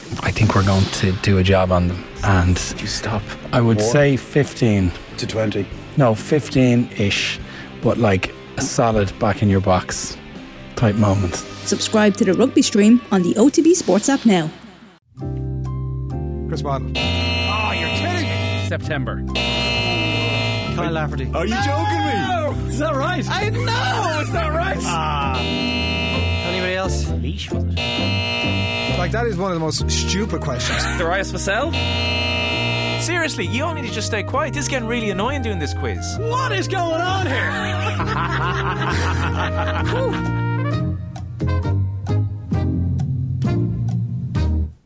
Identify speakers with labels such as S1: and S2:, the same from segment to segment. S1: think we're going to do a job on them. And
S2: You stop
S1: I would
S2: More?
S1: say 15.
S2: to 20.
S1: No, 15 ish, but like a solid back in your box type moment.
S3: Subscribe to the rugby stream on the OTB Sports app now.
S4: Chris Waddle.
S5: Oh, you're kidding me.
S6: September.
S5: Kyle Lafferty.
S2: Are you joking me?
S6: Is that right?
S5: I know, it's not right. Anybody else?
S6: Leash, was it?
S4: Like, that is one of the most stupid questions.
S6: Darius Vassell?
S7: Seriously, you all need to just stay quiet. This is getting really annoying doing this quiz.
S5: What is going on here?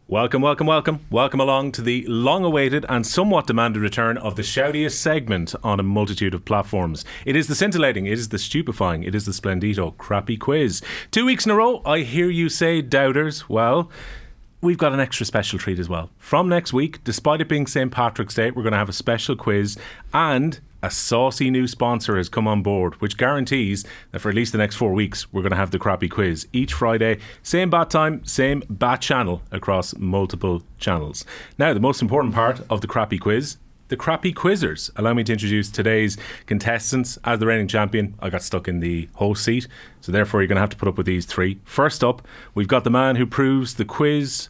S8: Welcome, welcome, welcome. Welcome along to the long awaited and somewhat demanded return of the shoutiest segment on a multitude of platforms. It is the scintillating, it is the stupefying, it is the splendido crappy quiz. Two weeks in a row, I hear you say, doubters, well, we've got an extra special treat as well. From next week, despite it being St. Patrick's Day, we're going to have a special quiz and a saucy new sponsor has come on board, which guarantees that for at least the next four weeks, we're going to have the crappy quiz each Friday, same bat time, same bat channel across multiple channels. Now, the most important part of the crappy quiz. The crappy quizzers. Allow me to introduce today's contestants. As the reigning champion, I got stuck in the host seat, so therefore you're going to have to put up with these three. First up, we've got the man who proves the quiz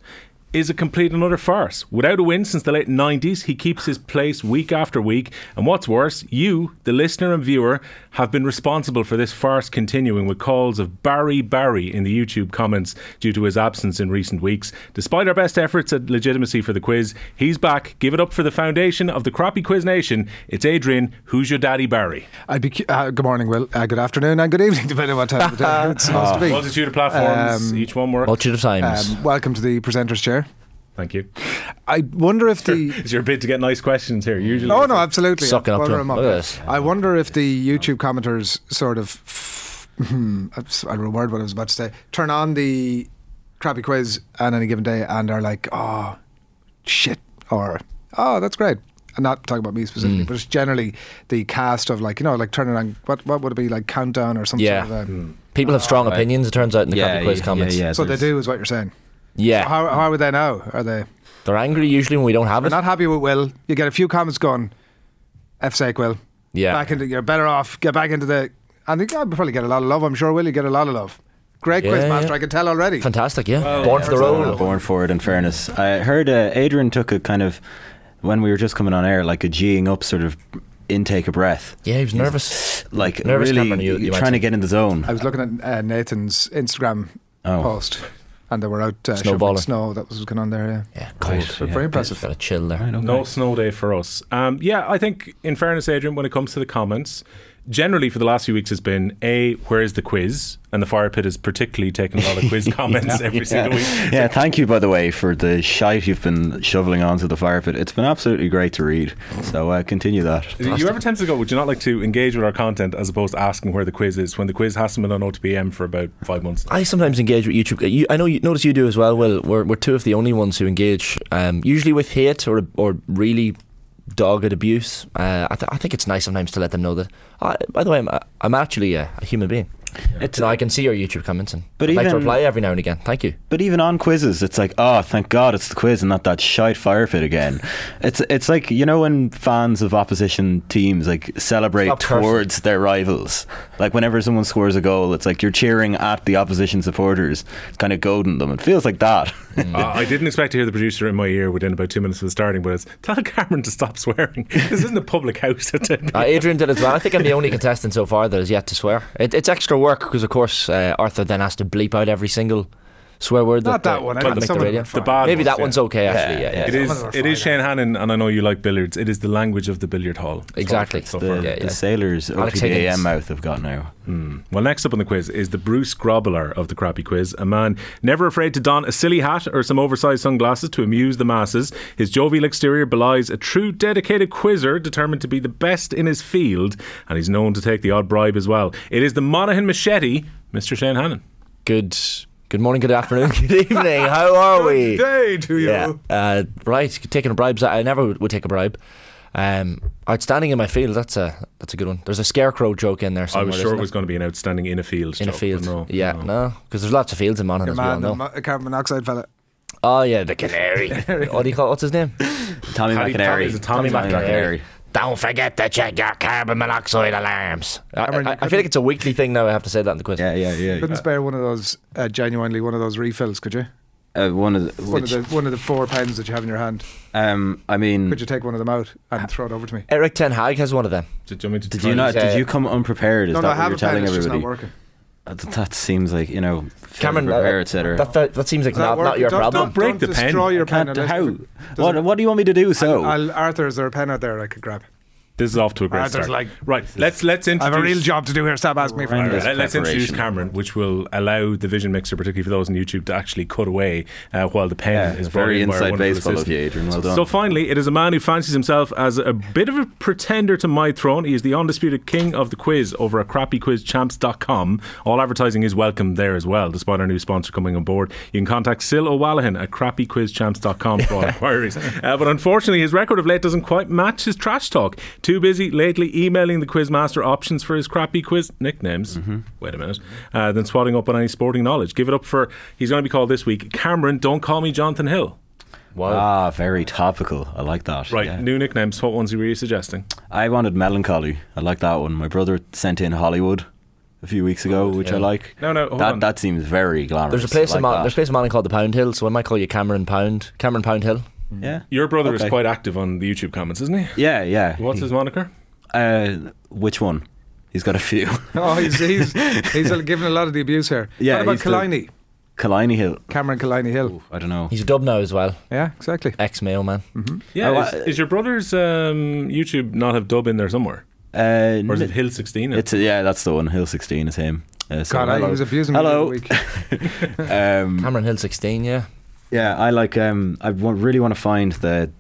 S8: is a complete and utter farce. Without a win since the late 90s, he keeps his place week after week. And what's worse, you, the listener and viewer, have been responsible for this farce continuing with calls of Barry Barry in the YouTube comments due to his absence in recent weeks. Despite our best efforts at legitimacy for the quiz, he's back. Give it up for the foundation of the crappy quiz nation. It's Adrian. Who's your daddy, Barry?
S4: I'd be. cu- Uh, good morning, Will. Uh, good afternoon, and good evening, depending on what time of the day it's supposed to be.
S2: Oh.
S8: Multitude of platforms, each one works.
S9: Multitude of times.
S4: Um, welcome to the presenter's chair.
S8: Thank you.
S4: I wonder if the.
S8: It's your bid to get nice questions here. Usually,
S4: Oh no, absolutely.
S9: Sucking up
S4: Butter
S9: to
S4: 'em
S9: it. Look at this.
S4: I wonder if the YouTube commenters sort of. Hmm, I reword what I was about to say. Turn on the crappy quiz on any given day and are like, oh, shit, or oh, that's great. I'm not talking about me
S9: Mm.
S4: specifically, but it's generally the cast of like you know like turning on what what would it be like countdown or something.
S9: Yeah. Mm.
S4: Sort of, um,
S9: People have strong opinions, it turns out, in the copy quiz comments.
S6: Yeah, yeah,
S4: So they
S6: there's-
S4: do is what you're saying.
S9: Yeah.
S4: How, how are they now? Are they?
S9: They're angry usually when we don't have
S4: We're
S9: it.
S4: not happy with Will. You get a few comments going. F sake, Will.
S9: Yeah.
S4: Back into you're better off. Get back into the. And think I'll probably get a lot of love. I'm sure Will. You get a lot of love. Great
S9: Yeah,
S4: quizmaster.
S9: yeah.
S4: I can tell already.
S9: Fantastic, yeah. Born for the
S6: Well,
S9: role.
S6: born for it. In fairness, I heard uh, Adrian took a kind of when we were just coming on air, like a geeing up sort of intake of breath,
S9: Yeah, he was nervous.
S6: like
S9: Nervous Cameron,
S6: really
S9: you- you might say.
S6: trying to get in the zone.
S4: I was looking at uh, Nathan's Instagram
S6: Oh.
S4: post, and they were out uh, shoveling
S9: Snowballing.
S4: snow. That was going on there. Yeah.
S9: Yeah, cold.
S6: yeah.
S4: Very impressive.
S9: Got a chill there.
S8: No snow day for us. Um, yeah, I think, in fairness, Adrian, when it comes to the comments, generally for the last few weeks has been A, where's the quiz? And the fire pit has particularly taken a lot of quiz comments every single week.
S6: Yeah, thank you by the way for the shite you've been shoveling onto the fire pit. It's been absolutely great to read. So uh, continue that.
S8: You ever tend to go, would you not like to engage with our content as opposed to asking where the quiz is when the quiz hasn't been on OTPM for about five months?
S9: I sometimes engage with YouTube. You, I know you notice you do as well. Well, we're, we're two of the only ones who engage, um, usually with hate or or really dogged abuse. Uh, I, th- I think it's nice sometimes to let them know that. I, by the way, I'm, I'm actually a, a human being.
S6: It's-
S9: So I can see your YouTube comments and
S6: But
S9: I'd like to
S6: even-
S9: reply every now and again. Thank you.
S6: But even on quizzes, it's like, oh, thank God it's the quiz and not that shite fire pit again. It's it's like you know when fans of opposition teams like celebrate
S9: Stop cursing.
S6: towards their rivals. Like whenever someone scores a goal, it's like you're cheering at the opposition supporters, kind of goading them. It feels like that.
S9: Mm.
S8: Uh, I didn't expect to hear the producer in my ear within about two minutes of the starting, but it's tell Cameron to stop swearing. This isn't a public house. at 10
S9: Uh, Adrian did as well. I think I'm the only contestant so far that has yet to swear. It, it's extra work because, of course, uh, Arthur then has to bleep out every single swear word.
S4: Not that
S9: they
S4: one. I
S9: couldn't
S4: think
S9: make
S4: some of them
S9: the radio.
S4: were fine.
S8: The bad
S9: Maybe
S8: ones,
S9: that
S8: yeah.
S9: one's okay. Actually, yeah, yeah.
S8: It is. It is Shane Hannon, and I know you like billiards. It is the language of the billiard hall. That's what
S9: Exactly.
S8: I've so
S6: The,
S8: far.
S9: Yeah,
S6: the
S9: yeah.
S6: sailors
S9: Alex
S6: OTBAM
S9: Higgins.
S6: mouth have got now.
S8: Well, next up on the quiz is the Bruce Grobbler of the crappy quiz, a man never afraid to don a silly hat or some oversized sunglasses to amuse the masses. His jovial exterior belies a true dedicated quizzer determined to be the best in his field, and he's known to take the odd bribe as well. It is the Monaghan Machete, Mr. Shane Hannon.
S9: Good. Good morning. Good afternoon. Good evening. How are we?
S4: Day to you.
S9: Yeah. Uh, right. Taking bribes. I never would, would take a bribe. Um, outstanding in my field. That's a that's a good one. There's a scarecrow joke in there.
S8: I
S9: Somewhere,
S8: was sure
S9: isn't
S8: it was going to be an outstanding in a field.
S9: in a
S8: joke,
S9: field.
S8: but No,
S9: yeah.
S8: no.
S9: No. Because there's lots of fields in Monaghan
S4: Your
S9: as we all
S4: man, the
S9: know.
S4: mo- carbon monoxide fella.
S9: Oh yeah, the canary. what do you call? What's his name?
S6: Tommy
S9: Paddy-
S6: McInerney.
S9: Tommy's a Tommy McInerney.
S10: Don't forget to check your carbon monoxide alarms.
S9: I, I, I feel like it's a weekly thing now. I have to say that in the quiz.
S6: Yeah, yeah, yeah.
S4: Couldn't spare one of those, uh, genuinely one of those refills, could you?
S6: Uh, one of the,
S4: One
S6: which,
S4: of the one of the four pounds that you have in your hand.
S6: um, I
S9: Hmm.
S6: mean,
S4: Could you take one of them out
S9: Ah.
S4: and throw it over to me?
S9: Eric Ten Hag has one of them.
S8: Did you,
S6: did you not? Did you come unprepared? Is
S4: no,
S6: that
S4: no, I
S6: what
S4: have
S6: you're
S4: a pen.
S6: telling
S4: It's just not
S6: everybody?
S4: working.
S6: Uh, th- That seems like you know,
S9: Cameron, uh,
S6: prepare, etc.
S9: That, that that seems like
S4: Does that
S9: not,
S4: work?
S9: not your
S4: Don't-
S9: problem.
S4: don't break Don't the pen. destroy your
S6: I can't-
S4: pen unless
S6: How?
S4: you-
S6: What, what do you want me to do? So
S4: I'll, Arthur, is there a pen out there I could grab?
S8: This is off to a great
S4: Arthur's
S8: start.
S4: like-
S8: right, let's let's
S4: I
S8: introduce.
S4: have a real job to do here. Stop asking me for
S8: All
S6: Horrendous
S8: right, let's introduce
S6: preparation.
S8: Cameron, which will allow the vision mixer, particularly for those on YouTube, to actually cut away uh, while the pen
S6: Yeah,
S8: is brought
S6: very
S8: in by our
S6: inside
S8: wonderful
S6: baseball of
S8: assistant.
S6: you, Adrian. Well done.
S8: So finally, it is a man who fancies himself as a bit of a pretender to my throne. He is the undisputed king of the quiz over at crappyquizchamps.com. All advertising is welcome there as well, despite our new sponsor coming on board. You can contact Sil O'Wallaghan at crappyquizchamps.com for all inquiries. Uh, but unfortunately, his record of late doesn't quite match his trash talk. Too busy lately emailing the quizmaster options for his crappy quiz nicknames. Wait a minute. Uh, then swatting up on any sporting knowledge. Give it up for, he's going to be called this week, Cameron, don't call me Jonathan Hill.
S6: ah, very topical. I like that.
S8: Right,
S6: yeah.
S8: new nicknames. What ones were you suggesting?
S6: I wanted melancholy. I like that one. My brother sent in Hollywood a few weeks ago, which I like.
S8: No, no, hold
S6: that
S8: on.
S6: that seems very glamorous.
S9: There's a place
S6: I
S9: in
S6: like
S9: Mon- there's a place in Monaghan called the Pound Hill, so I might call you Cameron Pound. Cameron Pound Hill.
S6: that. yeah,
S8: Your brother is
S6: Okay.
S8: quite active on the YouTube comments, isn't he?
S6: yeah, yeah.
S8: What's his moniker?
S9: Oh,
S6: Uh, which one? He's got a few.
S4: Oh, he's he's he's uh, giving a lot of the abuse here.
S6: Yeah,
S4: what about
S6: he's the-
S4: Kalini?
S6: Kalani Hill.
S4: Cameron Kalini Hill.
S6: I don't know.
S9: He's a dub now as well.
S4: Yeah, exactly.
S9: Ex Mayo man.
S8: Yeah,
S6: Oh,
S8: is,
S6: uh,
S8: is your brother's um, YouTube not have dub in there somewhere,
S6: Uh,
S8: or is it
S6: n-
S8: Hill sixteen?
S6: It's yeah, that's the one. Hill sixteen is him. Uh, so
S4: God, I, he
S6: hello.
S4: was abusing
S6: Hello.
S4: me the other week.
S6: Um,
S9: Cameron Hill 16. Yeah.
S6: yeah, I like. Um, I wa- really want to find the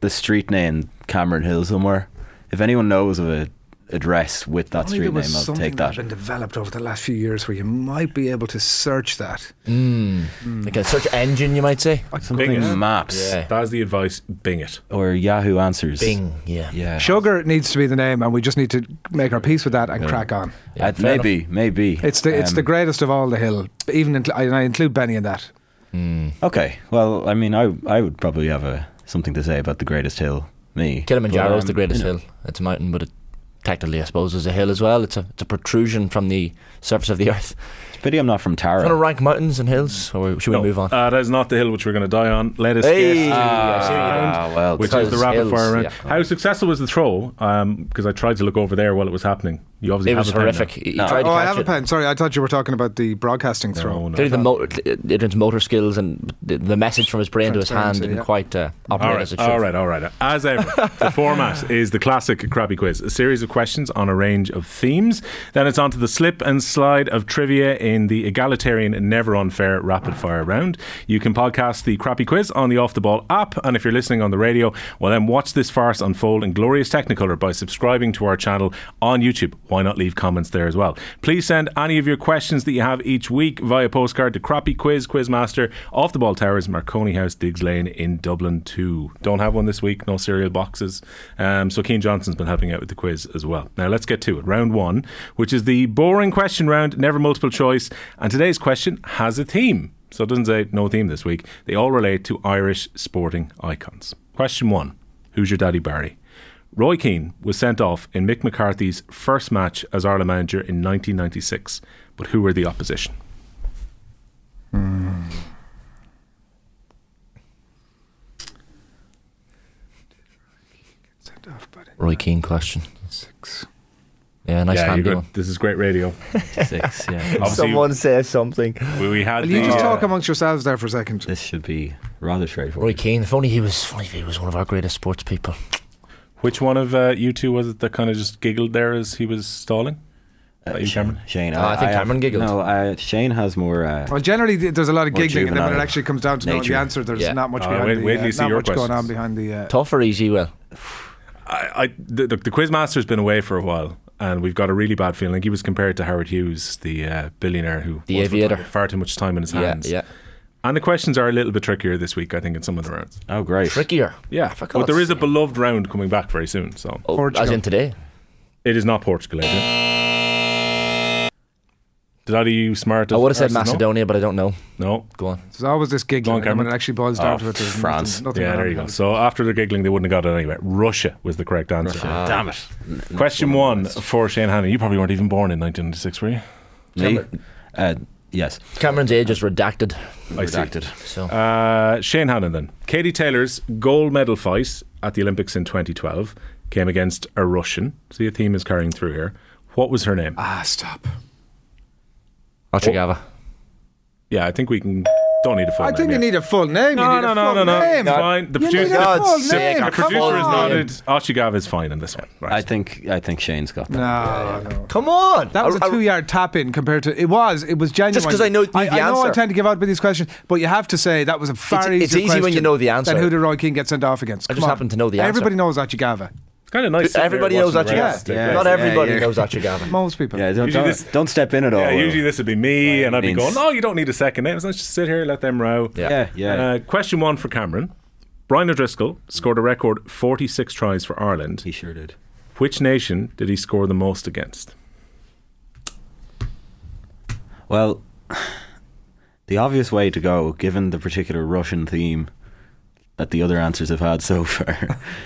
S6: the street name Cameron Hill somewhere. If anyone knows of a address with that
S4: Only there
S6: street name,
S4: was
S6: I'll
S4: something that
S6: take that.
S4: had been developed over the last few years where you might be able to search that.
S9: Mm. Like a search engine, you might say.
S6: Something
S8: Bing it.
S6: maps
S9: Yeah.
S8: That's the advice. Bing it.
S6: or Yahoo Answers.
S9: Bing. Yeah.
S6: Yeah.
S4: Sugar needs to be the name, and we just need to make our peace with that and crack on.
S9: Yeah,
S6: Uh,
S9: fair enough.
S6: maybe, maybe.
S4: It's the it's
S6: Um,
S4: the greatest of all the hill. Even incl- I- and I include Benny in that.
S6: Okay. Well, I mean, I I would probably have a something to say about the greatest hill. Me.
S9: Kilimanjaro
S6: But,
S9: is
S6: um,
S9: the greatest
S6: you know,
S9: hill. It's a mountain, but it technically, I suppose, is a hill as well. It's a it's a protrusion from the surface of the earth.
S6: It's a pity I'm not from
S9: Do you want to
S6: Tara.
S9: rank mountains and hills, or should we
S8: No,
S9: move on?
S8: Uh, that is not the hill which we're going to die on. Let us
S9: Hey!
S8: get to
S9: Ah,
S8: the round,
S6: well,
S8: which is the
S9: because
S8: rapid
S9: hills,
S8: fire round.
S9: yeah.
S8: How successful was the throw? Because I tried to look over there while it was happening. You obviously
S9: it
S8: have
S9: was
S8: a pen now.
S9: horrific. He
S6: No.
S9: tried to
S4: oh, I
S9: catch
S4: have
S9: it.
S4: a pen. Sorry, I thought you were talking about the broadcasting
S8: No,
S4: throw.
S8: no.
S9: Clearly, the motor, Adrian's motor skills and the, the message from his brain to his hand
S4: Transparency,
S9: didn't
S4: yeah.
S9: quite uh, operate
S8: All right,
S9: as it should.
S8: all right, all right. As ever, the format is the classic Krabby Quiz, a series of questions on a range of themes. Then it's on to the slip and slide of trivia in the egalitarian and never unfair rapid fire round. You can podcast the Crappy Quiz on the Off the Ball app, and if you're listening on the radio, well, then watch this farce unfold in glorious Technicolor by subscribing to our channel on YouTube. Why not leave comments there as well? Please send any of your questions that you have each week via postcard to Crappy Quiz Quizmaster, Off the Ball Towers, Marconi House, Diggs Lane in Dublin 2. Don't have one this week, no cereal boxes. Um, so Keen Johnson's been helping out with the quiz as well. Now let's get to it. Round one, which is the boring question round, never multiple choice. And today's question has a theme. So it doesn't say no theme this week. They all relate to Irish sporting icons. Question one Who's your daddy, Barry? Roy Keane was sent off in Mick McCarthy's first match as Ireland manager in 1996. But who were the opposition?
S4: Send off, buddy.
S9: Roy Keane question.
S4: Six.
S9: Yeah, nice
S8: yeah, you're
S9: handy
S8: good.
S9: one.
S8: This is great radio.
S6: Six. Yeah.
S8: Obviously,
S9: say something.
S8: we, we had
S4: Will you
S8: the,
S4: just
S8: uh,
S4: talk amongst yourselves there for a second?
S6: This should be rather straightforward.
S9: Roy Keane. If only he was. If only he was one of our greatest sports people.
S8: Which one of uh, you two was it that kind of just giggled there as he was stalling? That you, Cameron?
S6: Shane.
S9: Oh, I think
S6: have-
S9: Cameron giggled.
S6: No, uh, Shane has more. Uh,
S4: Well, generally, th- there's a lot of
S6: More
S4: giggling, and then when it
S6: juvenile
S4: actually comes down to knowing
S6: nature.
S4: the answer, there's
S9: Yeah.
S4: not much
S8: Oh,
S4: behind
S8: wait-
S4: the,
S8: wait till
S4: uh,
S8: you see
S4: not
S8: your
S4: much going on
S8: questions.
S4: behind the. Uh,
S9: Tough or easy? Will.
S8: I, I the, the, the quizmaster's been away for a while, and we've got a really bad feeling. He was compared to Howard Hughes, the uh, billionaire who
S9: The
S8: once
S9: aviator.
S8: retired far too much time in his hands.
S9: Yeah, yeah.
S8: And the questions are a little bit trickier this week, I think, in some of the rounds.
S6: oh, great.
S9: Trickier.
S8: Yeah,
S9: For
S8: but there
S9: God's
S8: is a
S9: sake.
S8: beloved round coming back very soon. So
S9: Oh, as
S4: Portugal.
S9: in today.
S8: it is not Portugal, Adrian. Did I do you smart?
S9: I would have said Macedonia, but I don't know.
S8: No,
S9: go on.
S4: There's always this giggling, and when
S8: Cameron.
S4: it actually boils down
S8: Oh,
S4: to it, there's
S8: France.
S4: Nothing, nothing
S8: yeah,
S4: wrong
S8: there you
S4: with
S8: go.
S4: it.
S8: So after they're giggling, they wouldn't have got it anyway. Russia was the correct answer.
S6: Russia. Ah.
S8: Damn it. Question one for Shane Hannon. You probably weren't even born in 1996, were you?
S6: Me? Uh, yes.
S9: Cameron's age is redacted.
S8: I see.
S6: Redacted.
S9: So
S8: Uh, Shane Hannon then. Katie Taylor's gold medal fight at the Olympics in 2012 came against a Russian. See, a theme is carrying through here. What was her name?
S4: Ah, stop.
S9: Oh. Ochagava.
S8: Yeah, I think we can. Don't need a full
S4: I
S8: name.
S4: think
S8: yeah.
S4: you need a full name.
S8: No,
S4: you need
S8: no,
S4: a
S8: no,
S4: full
S8: no, no.
S4: name.
S8: Fine. The
S4: You need
S8: producer,
S4: a
S6: God,
S4: full
S6: sick.
S4: name.
S8: the
S4: Come
S8: producer is
S4: on.
S8: nodded. Oshigav is fine in this one. Right.
S6: I think I think Shane's got that.
S4: No, no.
S9: Come on.
S4: That was a
S9: I- I-
S4: two-yard tap-in compared to it was. It was genuine.
S9: 'cause I know the
S4: I, I know I
S9: answer.
S4: tend to give out with these questions, but you have to say that was a far
S9: It's-
S4: easier.
S9: it's easy when
S4: question
S9: you know the answer.
S4: Than who did Roy Keane get sent off against?
S9: I just
S4: Come on.
S9: happen to know the answer.
S4: Everybody knows Achigava.
S8: It's kind of nice. sitting
S9: Everybody
S8: there
S9: knows
S8: watching the
S4: Ochagava.
S8: rest.
S4: Yeah.
S6: Yeah.
S9: Not everybody
S6: yeah.
S9: knows Ochagava.
S4: Most people.
S6: Yeah, don't,
S8: Usually
S6: don't,
S8: this-
S6: don't step in at all.
S8: Yeah,
S6: Will.
S8: usually this would be me, and I'd be
S6: Oh,
S8: going,
S6: means-
S8: "No, you don't need a second name. Let's just sit here, let them row."
S6: Yeah, yeah.
S8: Uh, question one for Cameron: Brian O'Driscoll scored a record 46 tries for Ireland.
S6: he sure did.
S8: Which nation did he score the most against?
S6: Well, the obvious way to go, given the particular Russian theme that the other answers have had so far,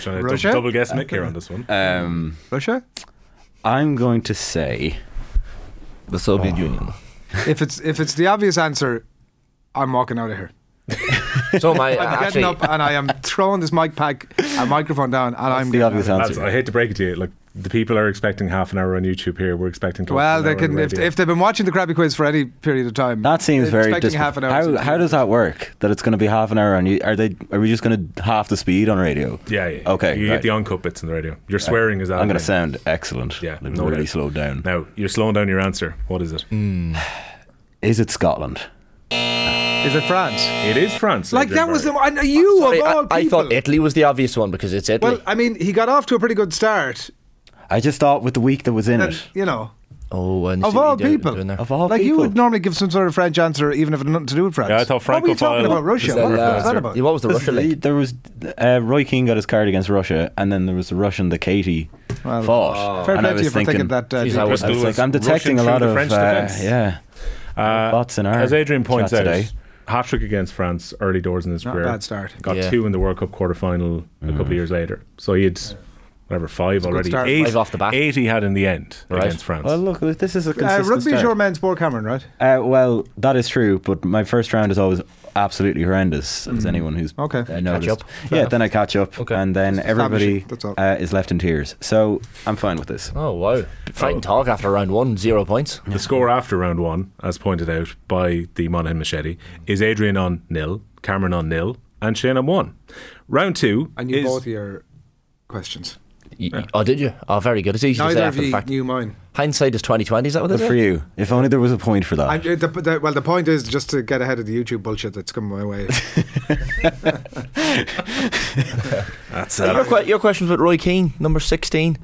S8: Trying to dou-
S4: Russia?
S8: double guess Nick here on this one.
S6: um,
S4: Russia.
S6: I'm going to say
S9: The Soviet
S6: Oh.
S9: Union.
S4: If it's if it's the obvious answer, I'm walking out of here.
S9: So
S4: I'm
S9: my actually,
S4: getting up and I am throwing this mic pack and microphone down, and I'm
S6: the
S4: getting
S6: obvious
S4: out.
S8: Lads,
S6: answer.
S8: I hate to break it to you, like the people are expecting half an hour on YouTube here. We're expecting. close
S4: Well,
S8: to
S4: they
S8: an hour on
S4: can if,
S8: radio.
S4: if they've been watching the Krabby Quiz for any period of time.
S6: That seems
S4: they're
S6: very
S4: expecting
S6: dis-
S4: half an hour.
S6: How,
S4: since
S6: how
S4: we-
S6: does that work? That it's going to be half an hour on you? Are they? Are we just going to half the speed on radio?
S8: yeah, yeah,
S6: Okay.
S8: you
S6: right.
S8: get the uncut bits in the radio. Your swearing is out.
S6: I'm going
S8: to
S6: to sound excellent.
S8: Yeah,
S6: They've
S8: no
S6: really
S8: doubt.
S6: slowed down.
S8: Now you're slowing down your answer. What is it?
S4: Mm.
S6: Is it Scotland?
S4: Is it France?
S8: It is France.
S4: Like
S8: Adrian
S4: that was the
S8: Barry.
S4: I know you
S9: sorry,
S4: of all
S9: I,
S4: people.
S9: I thought Italy was the obvious one because it's Italy.
S4: Well, I mean, he got off to a pretty good start.
S6: I just thought with the week that was in
S4: And,
S6: it.
S4: you know,
S9: oh, and
S4: of all people,
S9: doing there.
S6: Of all
S4: like you
S6: people.
S4: would normally give some sort of French answer, even if it had nothing to do with France.
S8: Yeah, I thought
S4: What were you
S8: francophile
S4: talking about Russia? What was that
S9: uh, Yeah,
S4: about?
S9: what was the Russia link?
S6: There was uh, Roy Keane got his card against Russia, and then there was the Russian that Katie fought.
S4: Oh. Fair
S6: and
S4: play
S6: I
S4: to
S6: was
S4: you for thinking
S6: thinking
S4: that. Uh,
S9: Jeez,
S4: deep.
S9: I was-
S6: I was
S8: was
S6: like, I'm detecting
S8: rushing
S6: a lot
S8: through the
S6: of
S8: French
S6: uh,
S8: defence.
S6: yeah
S8: Uh,
S6: bots in our
S8: As Adrian points
S6: chat
S8: out,
S6: today.
S8: hat trick against France early doors in his
S4: Not a
S8: career.
S4: bad start.
S8: Got
S9: Yeah. Mm.
S8: two in the World Cup quarter final a couple of years later. So he had whatever five
S4: good
S8: already.
S4: start.
S8: Eight,
S9: Five off the bat.
S8: Eight he had in the end
S9: Right.
S8: against France.
S6: Well, look, this is a
S4: Uh,
S6: consistent
S4: rugby is
S6: start.
S4: your main sport, Cameron, right?
S6: Uh, well, that is true, but my first round is always absolutely horrendous. As anyone who's
S4: Mm. Okay.
S6: uh, noticed,
S9: up.
S6: yeah, then I catch up,
S9: Okay.
S6: and then everybody
S4: it, that's all.
S6: uh, is left in tears. So I'm fine with this.
S9: Oh wow! Fight and talk after round one, zero points.
S8: the score after round one, as pointed out by the Monaghan Machete, is Adrian on nil, Cameron on nil, and Shane on one. Round two
S4: And you
S8: is
S4: both your questions.
S9: Y- y- Oh, did you? Oh, very good. It's easy to
S4: Neither
S9: say
S4: of
S9: after the
S4: you
S9: fact.
S4: knew mine.
S9: Hindsight is twenty twenty. Is that what
S6: Good
S9: they
S6: for
S9: say?
S6: you. If only there was a point for that.
S4: I, uh, the, the, well, the point is just to get ahead of the YouTube bullshit that's coming my way.
S8: that's
S9: Your,
S8: uh,
S9: que- your question was about Roy Keane, number sixteen.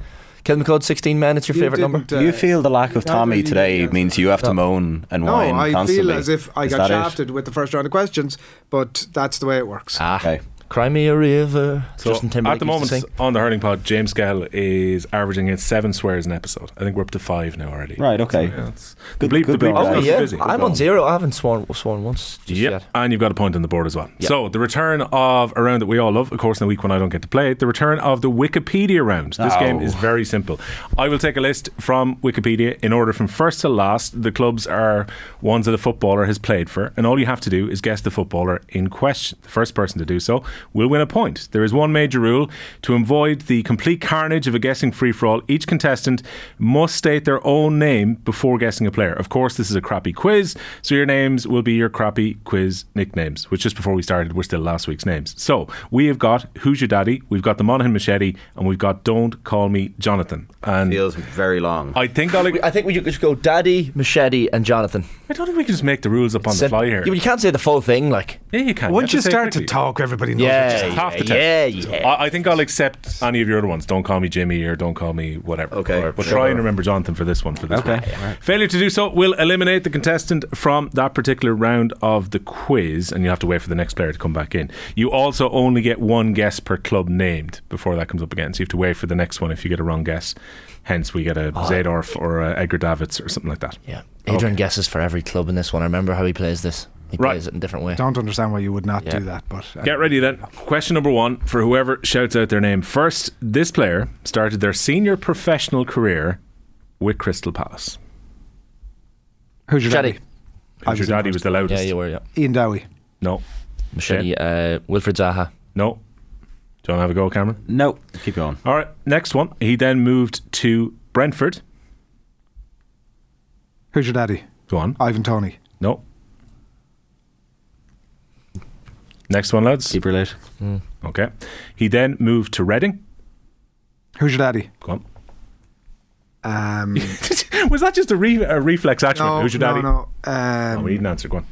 S9: Kilmacud, sixteen men. It's your
S4: You
S9: favourite number.
S4: didn't, uh,
S6: you feel the lack of
S4: neither of
S6: Tommy
S4: you
S6: today
S4: did the
S6: means you have to moan and
S4: No,
S6: whine
S4: I
S6: constantly.
S4: feel as if I
S6: Is
S4: got
S6: that it?
S4: shafted with the first round of questions, but that's the way it works.
S9: Ah,
S6: Okay.
S9: Crimea River. Justin Timberlake
S8: at the
S9: used
S8: moment
S9: to sing.
S8: on the hurling pod, James Gale is averaging at seven swears an episode. I think we're up to five now already.
S6: Right, okay.
S8: Yeah, it's-
S6: Good-
S8: the bleep,
S6: good
S8: the bleep
S6: going,
S8: is
S9: Oh
S6: guys.
S8: not
S9: yeah,
S8: busy.
S9: I'm on zero. I haven't sworn sworn once just
S8: Yep.
S9: yet.
S8: And you've got a point on the board as well. So, the return of a round that we all love, of course, in the week when I don't get to play it, the return of the Wikipedia round. This
S6: Oh.
S8: game is very simple. I will take a list from Wikipedia in order from first to last. The clubs are ones that the footballer has played for, and all you have to do is guess the footballer in question. The first person to do so will win a point. There is one major rule to avoid the complete carnage of a guessing free for all. Each contestant must state their own name before guessing a player. Of course, this is a crappy quiz, so your names will be your crappy quiz nicknames, which just before we started were still last week's names. So we have got Who's Your Daddy, we've got the Monaghan Machete, and we've got Don't Call Me Jonathan. And
S6: Feels very long.
S8: I think I'll, I
S9: I think we should just go Daddy, Machete, and Jonathan.
S8: don't think we can just make the rules up on the
S9: Sim-
S8: fly here.
S9: Yeah, but you can't say the full thing, like.
S8: Yeah, you can.
S4: Once you
S8: have to say it
S4: start to
S8: quickly.
S4: talk, everybody knows
S8: yeah,
S6: Yeah,
S8: just half the
S6: yeah,
S8: test.
S6: yeah,
S8: I, I think I'll accept any of your other ones. Don't call me Jimmy or don't call me whatever. Okay, but try
S6: sure.
S8: and remember Jonathan for this one. For this
S6: Okay.
S8: one.
S6: Yeah.
S8: failure to do so will eliminate the contestant from that particular round of the quiz, and you have to wait for the next player to come back in. You also only get one guess per club named before that comes up again, so you have to wait for the next one if you get a wrong guess. Hence, we get a Zadorf or a Edgar Davids or something like that.
S9: Yeah. Adrian guesses for every club in this one. I remember how he plays this. He
S8: Right.
S9: plays it in a different way.
S4: Don't understand why you would not do that, but uh,
S8: Get ready then. Question number one for whoever shouts out their name first. This player started their senior professional career with Crystal Palace.
S4: who's your daddy? I
S8: Your
S4: was
S8: daddy was the loudest.
S9: Yeah, you were, yeah.
S4: Ian Dowie.
S8: No,
S9: Machete, uh, Wilfred Zaha.
S8: no. Do you want to have a go, Cameron?
S6: No, keep going.
S8: All right, next one. He then moved to Brentford.
S4: Who's your daddy?
S8: Go on.
S4: Ivan Tony.
S8: No. Next one, lads.
S6: Keep relate.
S8: Okay. He then moved to Reading.
S4: Who's your daddy?
S8: Go on.
S4: Um,
S8: was that just a, re- a reflex action?
S4: no,
S8: Who's your
S4: no,
S8: daddy?
S4: no.
S8: Oh,
S4: Um,
S8: we need an answer. Go on.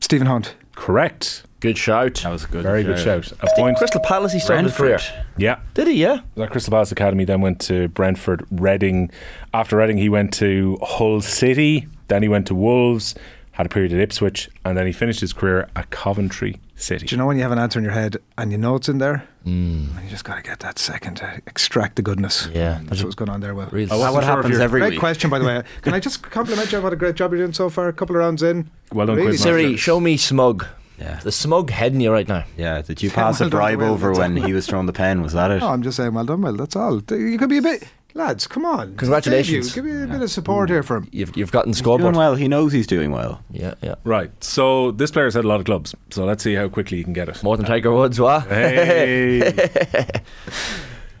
S4: Stephen Hunt.
S8: Correct.
S9: Good shout.
S6: That was a good.
S8: Very good shout. A point.
S9: Crystal Palace, he started his career.
S6: Brentford.
S8: Yeah.
S9: Did he, yeah?
S8: At Crystal Palace Academy, then went to Brentford, Reading. After Reading, he went to Hull City. Then he went to Wolves, had a period at Ipswich, and then he finished his career at Coventry City.
S4: Do you know when you have an answer in your head and you know it's in there? Mm. And you just got to get that second to extract the goodness.
S9: Yeah.
S4: That's what's going on there, Will.
S9: Real
S6: That what
S8: sure if
S6: happens
S8: you're-
S6: every
S4: Great
S6: week.
S4: question, by the way. Can I just compliment you on what a great job you're doing so far? A couple of rounds in.
S8: Well done,
S4: Really?
S8: Quizmaster.
S9: Siri, show me smug.
S6: Yeah.
S9: The smug head in you right now.
S6: Yeah, did you pass
S4: well
S6: a
S4: done,
S6: bribe
S4: Will,
S6: over
S4: well
S6: when
S4: done.
S6: he was throwing the pen? Was that it?
S4: No, I'm just saying, well done, Will. That's all. Th- You could be a bit. Lads, come on.
S9: Congratulations.
S4: Save you. Give me a bit of support here for him.
S9: You've, you've gotten
S6: doing
S9: scoreboard.
S6: well. He knows he's doing well.
S9: Yeah, yeah.
S8: Right. So this player's had a lot of clubs. So let's see how quickly you can get it.
S9: More than Tiger Woods, what?
S8: Hey.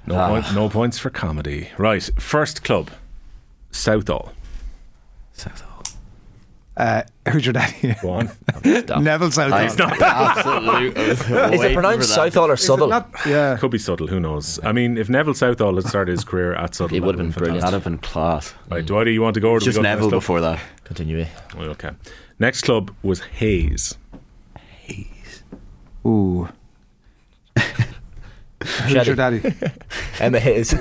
S8: no,
S9: Ah.
S8: point, no points for comedy. Right. First club, Southall.
S4: Uh, who's your daddy?
S8: Go on.
S9: Oh.
S4: Neville Southall. Is
S6: not absolutely.
S9: Is it pronounced Southall or
S4: it
S9: Southall?
S4: not- yeah.
S8: Could be Suttle. Who knows? I mean, if Neville Southall had started his career at Suttle,
S9: It would have been
S8: fantastic.
S9: brilliant.
S6: That'd have been class.
S8: Right. Do either you want to go or do
S6: Just
S8: we go to the next
S6: Neville
S8: club? Oh,
S6: before that.
S9: Continue. eh?
S8: Okay. Next club was Hayes.
S4: Ooh. who's your daddy?
S9: Emma Hayes.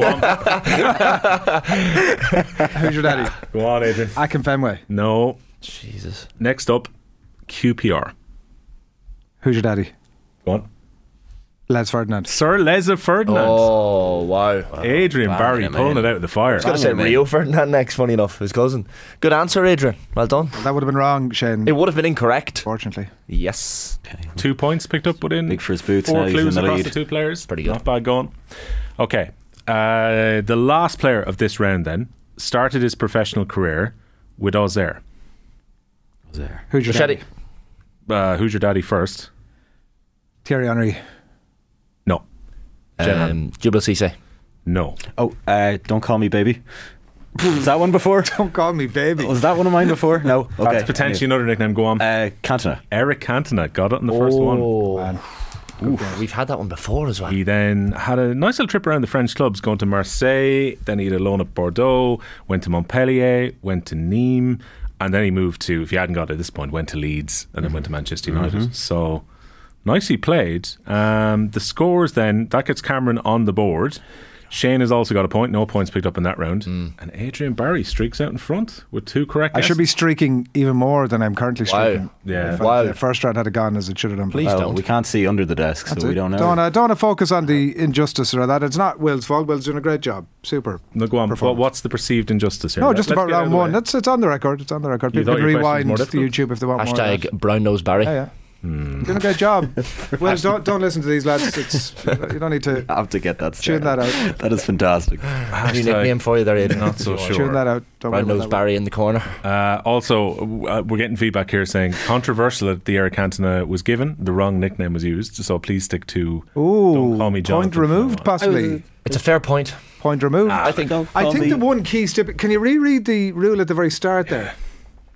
S4: Who's your daddy?
S8: Go on, Adrian.
S4: Akin Fenway.
S8: No.
S9: Jesus.
S8: Next up, QPR.
S4: Who's your daddy?
S8: Go on.
S4: Les Ferdinand.
S8: Sir Leza Ferdinand.
S9: Oh, wow.
S4: Eh?
S8: Adrian Barry
S6: him
S8: pulling it
S6: in.
S8: out of the
S9: I
S8: fire.
S9: was going to say
S6: Banging,
S9: Rio Ferdinand next, funny enough, his cousin. Good answer, Adrian. Well done.
S4: That would have been wrong, Shane.
S9: It would have been incorrect.
S4: Fortunately.
S9: Yes.
S8: Two points picked up within
S6: Big for his boots.
S8: four
S6: now
S8: clues
S6: he's in the
S8: across
S6: lead.
S8: the two players.
S9: Pretty good.
S8: Not bad going. Okay. Uh, the last player of this round then started his professional career with us there.
S6: There.
S4: Who's your
S9: Machete.
S4: daddy?
S8: Uh, who's your daddy first?
S4: Thierry Henry.
S8: No. Jenner.
S9: Um, Jubal Cisse.
S8: no.
S6: Oh, uh, don't call me baby. Was that one before?
S4: Don't call me baby.
S6: Was that one of mine before? No. Okay.
S8: That's potentially another nickname. Go on.
S6: Uh, Cantona.
S8: Eric Cantona got it in the first one.
S4: Man.
S9: Oh, We've had that one before as well.
S8: He then had a nice little trip around the French clubs, going to Marseille, then he had a loan at Bordeaux, went to Montpellier, went to Nîmes, and then he moved to, if he hadn't got it at this point, went to Leeds and then went to
S4: Mm-hmm.
S8: Manchester United. So nicely played. Um, the scores then, that gets Cameron on the board. Shane has also got a point, no points picked up in that round. And Adrian Barry streaks out in front with two correct
S4: Mm. I should be
S8: guesses.
S4: streaking even more than I'm currently
S9: Wow.
S4: streaking.
S8: Yeah.
S4: If I-
S9: Wow.
S4: The first round had it gone as it should have done.
S9: Please
S6: Well,
S9: don't.
S6: We can't see under the desk, so we don't know.
S4: Don't, uh, don't wanna focus on the injustice or that. It's not Will's fault. Will's doing a great job. Super.
S8: No, go on. What,
S4: performance.
S8: what's the perceived injustice here?
S4: No,
S8: Let-
S4: just
S8: let's
S4: about
S8: get it out of
S4: round
S8: the
S4: one.
S8: way.
S4: That's it's on the record. It's on the record.
S8: You
S4: People
S8: thought
S4: can
S8: your question was
S4: rewind
S8: more
S4: to
S8: difficult? Hmm.
S4: YouTube if they want more. of
S9: Hashtag
S4: that.
S9: brown nose Barry.
S4: Yeah, yeah. Doing a great job. Will, don't don't listen to these lads. It's you don't need to
S6: I have to get that.
S4: Tune
S6: straight.
S4: that out.
S6: That is fantastic.
S9: New
S8: Hashtag
S9: nickname for you there, Adrian.
S8: Not so sure.
S4: tune that out. Don't worry about
S9: Brown nose
S4: that.
S9: Barry in the corner.
S8: Uh, also, w- uh, we're getting feedback here saying controversial that the Eric Cantona was given. The wrong nickname was used, so please stick to.
S4: Ooh,
S8: Don't call me Jonathan
S4: point
S8: from now
S4: removed,
S8: on.
S4: possibly.
S9: It's a fair point.
S4: Point removed.
S9: I think.
S4: I think the one key stip. Can you reread the rule at the very start there?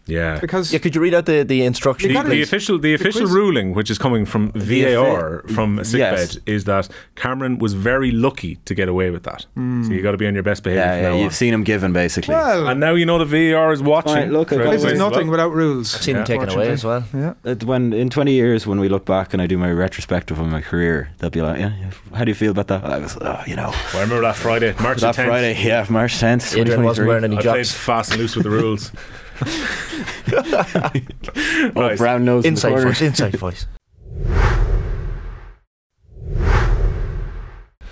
S8: Yeah.
S4: Because
S9: yeah, could you read out the, the instructions?
S8: The, the
S9: please?
S8: official, the official ruling, which is coming from VAR from sickbed,
S6: Yes.
S8: is that Cameron was very lucky to get away with that.
S6: Mm.
S8: So you got to be on your best behaviour.
S6: Yeah,
S8: from
S6: yeah,
S8: now
S6: you've
S8: on.
S6: seen him given basically.
S4: Well-
S8: and now you know the VAR is watching.
S6: Fine, look, I
S8: throughout the
S6: got away
S8: season.
S6: with
S4: Nothing without rules.
S9: I've seen them taken away as well.
S4: Yeah.
S6: It- When in 20 years, when we look back and I do my retrospective on my career, they'll be like, yeah, yeah, how do you feel about that? I was, oh, you know,
S8: Well, I remember that Friday, March
S6: that
S8: the 10th.
S6: Friday, yeah, March 10th,
S9: Adrian wasn't
S6: 2023.
S9: wearing any
S8: I played
S9: jocks.
S8: fast and loose with the rules.
S6: Oh,
S8: Right.
S6: brown nose in the
S9: Inside
S6: corner.
S9: voice, inside voice.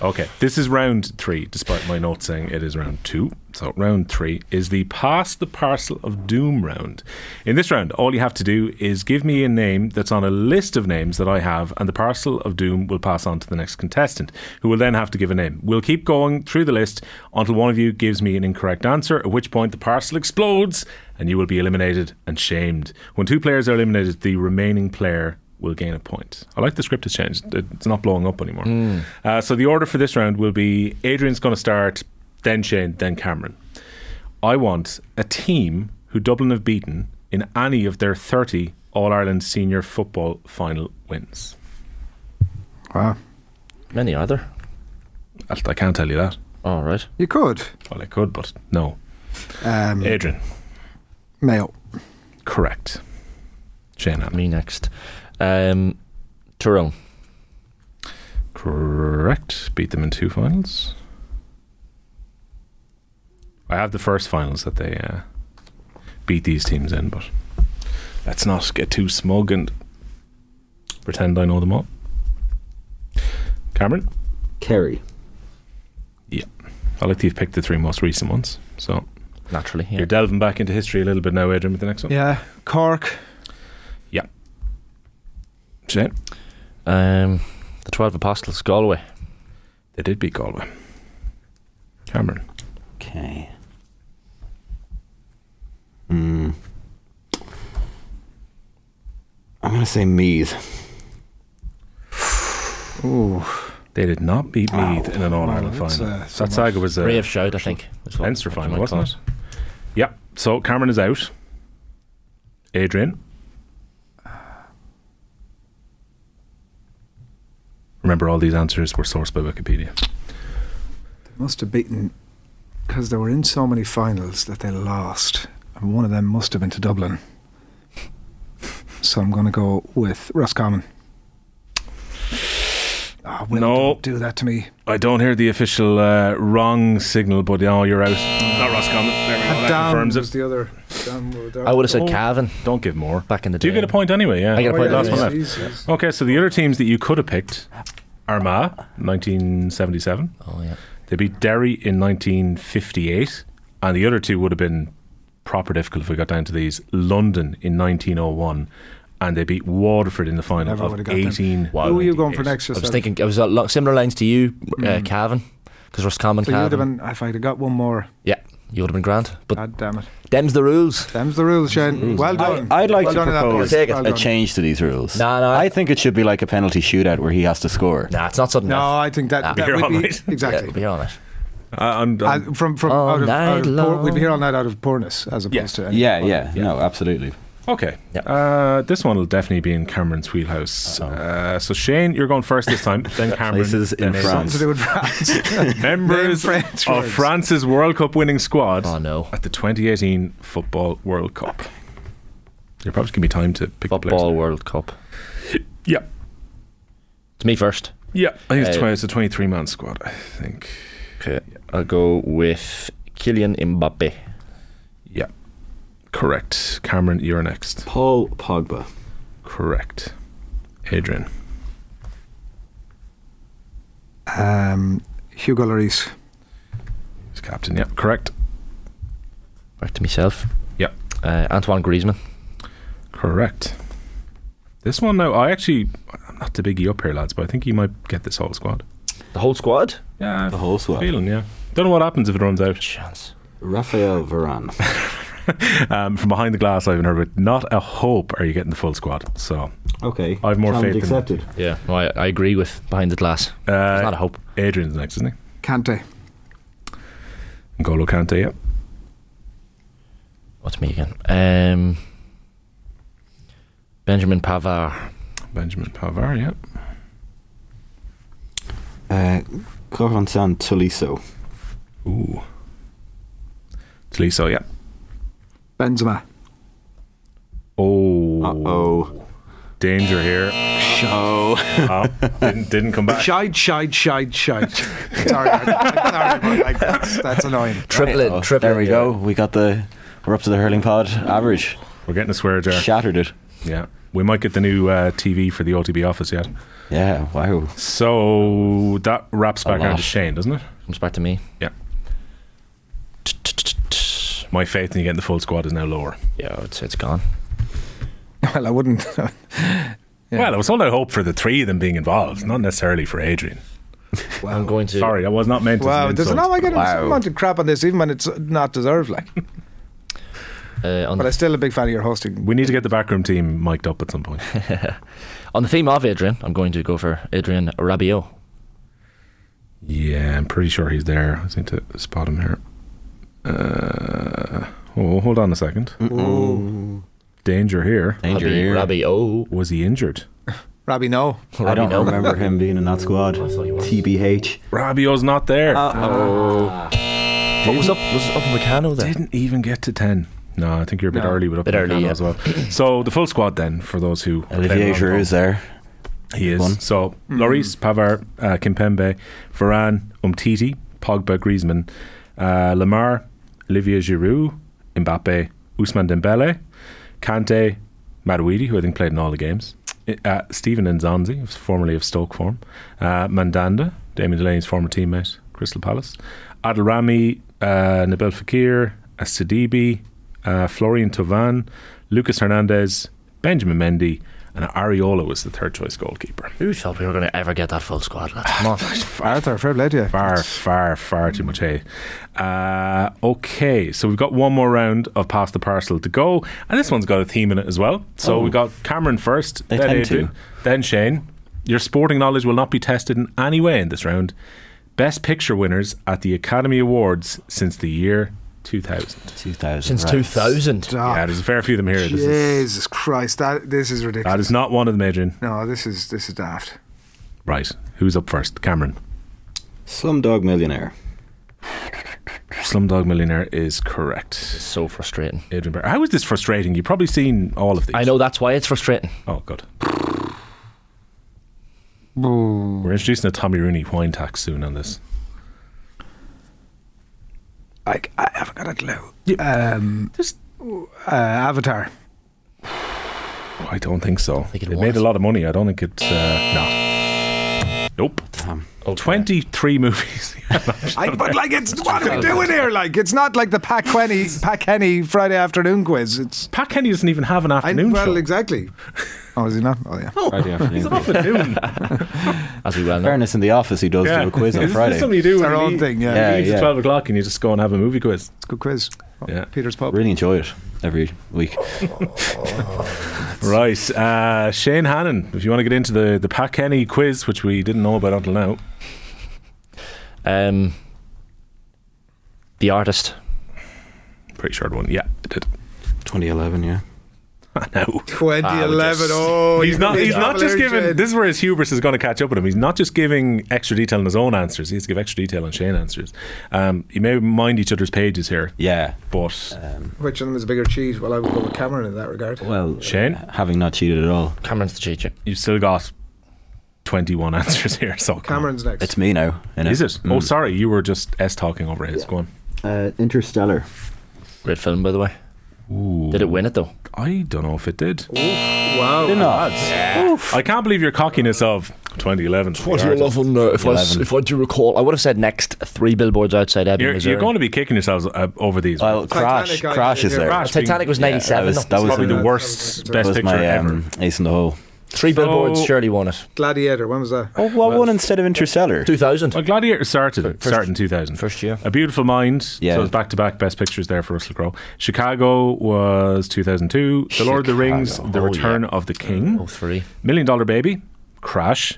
S8: Okay, this is round three, despite my note saying it is round two. So, round three is the Pass the Parcel of Doom round. In this round, all you have to do is give me a name that's on a list of names that I have, and the Parcel of Doom will pass on to the next contestant, who will then have to give a name. We'll keep going through the list until one of you gives me an incorrect answer, at which point the parcel explodes and you will be eliminated and shamed. When two players are eliminated, the remaining player will gain a point. I like the script has changed. It- It's not blowing up anymore. Uh, so the order for this round will be Adrian's going to start, then Shane, then Cameron. I want a team who Dublin have beaten in any of their 30 All Ireland senior football final wins.
S4: Wow.
S9: Many other.
S8: I I can't tell you that.
S9: All right.
S4: You could.
S8: Well, I could, but no.
S4: Um,
S8: Adrian,
S4: Mayo.
S8: correct. Shane, Hanlon,
S9: Me next. Um, Tyrone.
S8: correct. Beat them in two finals. I have the first finals that they uh, beat these teams in, but let's not get too smug and pretend I know them all. Cameron?
S11: Kerry.
S8: I like that you've picked the three most recent ones. So
S9: Naturally. Yeah.
S8: you're delving back into history a little bit now, Adrian, with the next one.
S4: Yeah. Cork.
S8: Shane?
S9: Um, the Twelve Apostles, Galway.
S8: They did beat Galway. Cameron?
S6: Okay. Hmm. I'm going to say Meath.
S4: Ooh.
S8: They did not beat Meath in an All
S4: Well,
S8: Ireland
S4: that's,
S8: final.
S4: uh,
S8: that saga was a
S9: Brave shout, I think. is what-
S8: Leinster
S9: what you
S8: final,
S9: might
S8: wasn't
S9: call
S8: it? Yeah. So Cameron is out. Adrian. Remember, all these answers were sourced by Wikipedia.
S4: Must have beaten because they were in so many finals that they lost, and one of them must have been to Dublin. So I'm going to go with Roscommon. Oh, Will,
S8: No.
S4: don't do that to me.
S8: I don't hear the official uh, wrong signal, but no, you're out. Not Roscommon. There we go. That
S4: Down
S8: confirms
S4: was
S8: it.
S4: the other. Down were there.
S9: I would have said
S8: Oh.
S9: Cavan
S8: Don't give more.
S9: back in the
S8: Do
S9: day.
S8: you get a point anyway? Yeah.
S9: I get a
S4: Oh,
S9: point
S4: yeah,
S8: Last one
S4: yeah,
S8: left.
S4: Jesus.
S8: Okay, so the other teams that you could have picked Armagh, 1977.
S9: Oh yeah.
S8: They beat Derry in 1958, and the other two would have been proper difficult if we got down to these. London in 1901, and they beat Waterford in the final
S4: Never
S8: of
S4: would have got them.
S8: 18.
S4: Who are you going for next?
S9: I was
S4: Yourself?
S9: thinking. I was along similar lines to you, uh,
S8: Hmm.
S9: Cavan, because Roscommon,
S4: So you'd
S9: Cavan.
S4: have been if I'd have got one more.
S9: yeah, you would have been grand. But
S4: God damn it!
S9: them's the rules.
S4: Them's the rules, Shane. Well done.
S6: I, would like
S4: well
S6: to
S4: done at that
S6: propose
S4: point. Well
S6: a
S4: done.
S6: change to these rules.
S9: No, no,
S6: I
S9: I-
S6: think it should be like a penalty shootout where he has to score.
S9: Nah, it's not sudden
S4: No,
S9: death.
S4: I think that, that
S8: Be here
S4: would
S8: all
S4: be
S8: night.
S4: exactly.
S9: Yeah, be on it.
S8: I- I'm,
S4: Uh,
S8: I'm-
S4: from from
S9: All
S4: out of, out of
S9: night
S4: poor, we'd
S9: long.
S4: be here all night out of poorness as opposed
S8: Yeah.
S4: to any
S6: Yeah,
S4: other.
S6: yeah, no, absolutely.
S8: okay.
S9: Yeah.
S8: Uh, this one will definitely be in Cameron's wheelhouse. Uh, so Shane, you're going first this time. Then Cameron.
S6: Places in
S8: then Aidan.
S6: France.
S4: to do with France.
S8: Members
S4: Name French
S8: of
S4: words.
S8: France's World Cup winning squad
S9: Oh no.
S8: at the 2018 Football World Cup. You're probably giving me time to pick the players.
S9: Football World Cup.
S8: Yeah.
S9: It's me first.
S8: Yeah, I think it's,
S9: Uh,
S8: 20, it's a 23 man squad, I think.
S9: Okay. I'll go with Kylian Mbappe.
S8: Yeah. Correct. Cameron, you're next.
S11: Paul Pogba.
S8: Correct. Adrian.
S4: Um, Hugo Lloris.
S8: He's captain. Yeah. Correct.
S9: Back to myself.
S8: Yeah.
S9: Uh, Antoine Griezmann.
S8: Correct. This one now, I actually, I'm not the biggie up here, lads, but I think you might get this whole squad.
S9: The whole squad.
S8: Yeah.
S11: The whole squad.
S8: Feeling, yeah. Don't know what happens if it runs out.
S9: Chance.
S11: Raphael Varane.
S8: Um, from behind the glass, I haven't heard, but not a hope are you getting the full squad. So,
S11: Okay.
S8: I've more
S11: Challenge
S8: faith in-
S11: accepted.
S9: Yeah. No, I, I agree with behind the glass. It's not a
S8: uh,
S9: hope.
S8: Adrian's next, isn't
S4: Kante.
S8: he? N'Golo Kante, yeah.
S9: What's me again? Um, Benjamin Pavard.
S8: Benjamin Pavard, yep.
S11: Uh, Corvan San Tolisso.
S8: Ooh. Tolisso, yeah.
S4: Benzema.
S8: Oh. oh. Danger here.
S11: Oh.
S8: oh didn't, didn't come back.
S4: Shide, shide, shide, shide. Sorry, sorry, but like that's, that's annoying.
S9: Triple it,
S6: Oh,
S9: triple
S6: There
S9: it,
S6: we go. We got the. We're up to the hurling pod average.
S8: We're getting a swear jar.
S6: Shattered it.
S8: Yeah. We might get the new uh, TV for the OTB office yet.
S6: Yeah. Wow.
S8: So that wraps back around
S9: lot.
S8: to Shane, doesn't it?
S9: Comes back to me.
S8: Yeah. My faith in you getting the full squad is now lower.
S9: Yeah, it's it's gone.
S4: Well, I wouldn't.
S8: Well, I was holding out hope for the three of them being involved, not necessarily for Adrian.
S9: I'm going to.
S8: Sorry, that was not meant to
S4: wow,
S8: an
S4: there's an
S8: insult.
S4: I get wow. amount of crap on this, even when it's not deserved. Like,
S9: Uh, on,
S4: but I'm still a big fan of your hosting.
S8: We need to get the backroom team mic'd up at some point.
S9: on the theme of Adrian, I'm going to go for Adrian Rabiot.
S8: yeah, I'm pretty sure he's there. I seem to spot him here. Uh, oh, hold on a 2nd Danger here.
S6: Danger here.
S9: Rabiot.
S8: Was he injured?
S4: Robbie, no.
S6: I don't
S9: Rabiot.
S6: remember him being in that squad. TBH.
S8: Rabio's not there.
S6: Uh,
S9: What was up? Was up Meccano then?
S8: Didn't even get to 10. No, I think you're a bit early with up
S9: Bit
S8: in the
S9: early,
S8: panel
S9: yeah.
S8: as well. So the full squad then for those who are playing
S6: Olivier
S8: along at
S6: Giroud
S8: home.
S6: is there.
S8: He is.
S6: One.
S8: So Lloris, Pavard, uh, Kimpembe, Varane, Umtiti, Pogba, Griezmann, uh, Lamar, Olivier Giroud, Mbappe, Ousmane Dembele, Kante, Maduidi, who I think played in all the games, I- uh, Stephen Nzanzi, who's formerly of Stoke form, uh, Mandanda, Damien Delaney's former teammate, Crystal Palace, Adel Rami, uh, Nabil Fakir, Asidibi, uh, Florian Tovan, Lucas Hernandez, Benjamin Mendy, and Ariola was the third choice goalkeeper.
S9: Who thought we were going to ever get that full squad? Lads? Come on.
S4: Arthur, fair play to you.
S8: Far, far, far too much hay. Uh, okay, so we've got one more round of Pass the Parcel to go, and this one's got a theme in it as well. So we've got Cameron first,
S6: Oh. They
S8: then
S6: tend
S8: Adrian,
S6: to.
S8: then Shane. Your sporting knowledge will not be tested in any way in this round. Best Picture winners at the Academy Awards since the year 2000.
S6: 2000.
S9: Since
S6: right.
S9: 2000.
S4: Ah,
S8: Yeah, there's a fair few of them here. This is,
S4: Jesus Christ, that this is
S8: that
S4: ridiculous.
S8: is not one of them, Adrian.
S4: no, this is this is daft.
S8: Right, who's up first? Cameron.
S11: Slumdog Millionaire.
S8: Slumdog Millionaire is correct.
S9: So frustrating.
S8: Adrian, Bar- how is this frustrating? You've probably seen all of these.
S9: I know that's why it's frustrating.
S8: Oh, good. We're introducing a Tommy Rooney wine tax soon on this.
S4: I, I haven't got a clue. Um,
S8: Just-
S4: uh, Avatar.
S8: Oh, I don't think so.
S9: think it
S8: it made
S9: was.
S8: a lot of money. I don't think it's. Uh, no. Nope.
S11: Damn.
S8: 23 movies.
S4: I, but like, it's what are we doing here? Like, it's not like the Pac Henny Pac Henny Friday afternoon quiz. It's
S8: Pat Kenny doesn't even have an
S4: I,
S8: afternoon
S4: well,
S8: show.
S4: exactly. Oh, is he not? Oh, yeah.
S11: Friday
S8: He's
S11: afternoon.
S8: off at noon.
S9: As we well know.
S6: Fairness in the office, he does do a quiz on
S8: Is
S6: Friday.
S8: This something you do
S4: It's
S8: when
S4: our
S8: you
S4: own
S8: leave-
S4: thing, yeah.
S8: you
S6: Yeah,
S8: leave at
S6: yeah.
S8: 12 o'clock and you just go and have a movie quiz.
S4: It's a good quiz. Oh,
S8: Yeah.
S4: Peter's pub.
S6: Really enjoy it every week.
S8: Right. Uh, Shane Hannon, if you want to get into the, the Pat Kenny quiz, which we didn't know about until now.
S9: Um, the artist.
S8: Pretty short one. Yeah, it did.
S11: 2011, yeah.
S8: I know.
S4: 2011.
S9: just-
S4: oh,
S8: Ah, He's
S4: you
S8: not.
S4: big
S8: He's not just
S4: cavalier,
S8: giving.
S4: Jed.
S8: This is where his hubris is going to catch up with him. He's not just giving extra detail on his own answers. He has to give extra detail on Shane answers. Um, you may mind each other's pages here,
S6: Yeah.
S8: but
S4: Which of them is a bigger cheat? Well, I would go with Cameron in that regard.
S6: Well,
S8: Shane?
S6: uh, having not cheated at all,
S9: Cameron's the cheat sheet.
S8: you've still got twenty-one answers here. So come on.
S4: Cameron's next.
S6: it's me now. innit? Mm.
S8: Is it? Oh, sorry. You were just s talking over his. Go on.
S11: Uh, Interstellar.
S9: Great film, by the way. Did it win it though?
S8: I don't know if it did.
S4: wow.
S6: not.
S8: I can't believe your cockiness of 2011.
S9: If I,
S6: Eleven.
S9: if I do recall, I would have said next three billboards outside Edinburgh.
S8: You're, you're going to be kicking yourselves uh, over these.
S6: Well, Crash.
S4: Titanic, I-
S6: Crash is
S4: yeah,
S6: there.
S8: Crash
S9: Titanic was
S6: Yeah,
S9: '97.
S6: that was, that was
S8: probably
S6: in-
S8: the
S4: Yeah,
S8: worst
S4: that
S8: best
S6: was
S8: picture
S6: my
S8: ever.
S6: um, ace in the hole.
S9: Three
S8: So-
S9: billboards surely won it.
S4: Gladiator. When was that?
S6: Oh, what one instead of Interstellar?
S9: 2000.
S8: Well, Gladiator started started in 2000.
S9: first year.
S8: A Beautiful Mind.
S6: Yeah.
S8: So it's back to back best pictures there for Russell Crowe. Chicago was 2002. The Lord of the Rings,
S9: Chicago.
S8: The
S9: Oh,
S8: Return
S9: yeah.
S8: of the King.
S9: Oh three.
S8: Million Dollar Baby, Crash,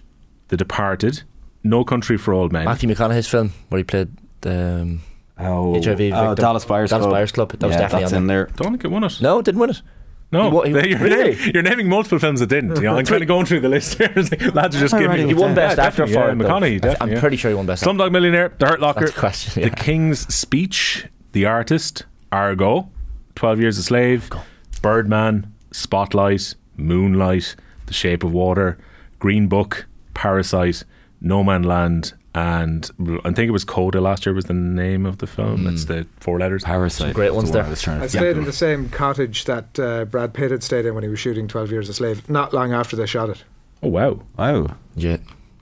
S8: The Departed, No Country for Old Men.
S9: Matthew McConaughey's film where he played um,
S11: Oh,
S9: HIV victim.
S11: oh, Dallas Buyers
S9: Dallas
S11: Club.
S9: Buyers Club. That was
S11: Yeah,
S9: definitely
S11: that's
S9: on
S11: in
S9: there.
S11: there.
S8: Don't think it won it.
S9: No, it didn't win it.
S8: No,
S9: What-
S8: they- you're,
S9: really?
S8: naming, you're naming multiple films that didn't. You know, I'm kind of going through the list here. It's like, Lads are just
S9: Am I
S8: giving.
S9: writing He won it down? Best
S8: Yeah,
S9: Actor
S8: definitely,
S9: for
S8: yeah,
S9: it, though.
S8: McConaughey.
S9: I th- I'm
S8: definitely, yeah.
S9: pretty sure he won Best Actor.
S8: Slumdog Millionaire, The Hurt Locker,
S9: That's the question, yeah.
S8: The King's Speech, The Artist, Argo, Twelve Years a Slave, Birdman, Spotlight, Moonlight, The Shape of Water, Green Book, Parasite, No Man Land. And I think it was Coda last year was the name of the film. It's the four letters. Parasite.
S9: great ones there.
S4: I stayed in the same cottage that uh, Brad Pitt had stayed in when he was shooting 12 Years a Slave, not long after they shot it.
S8: Oh wow!
S6: Wow.
S9: Yeah.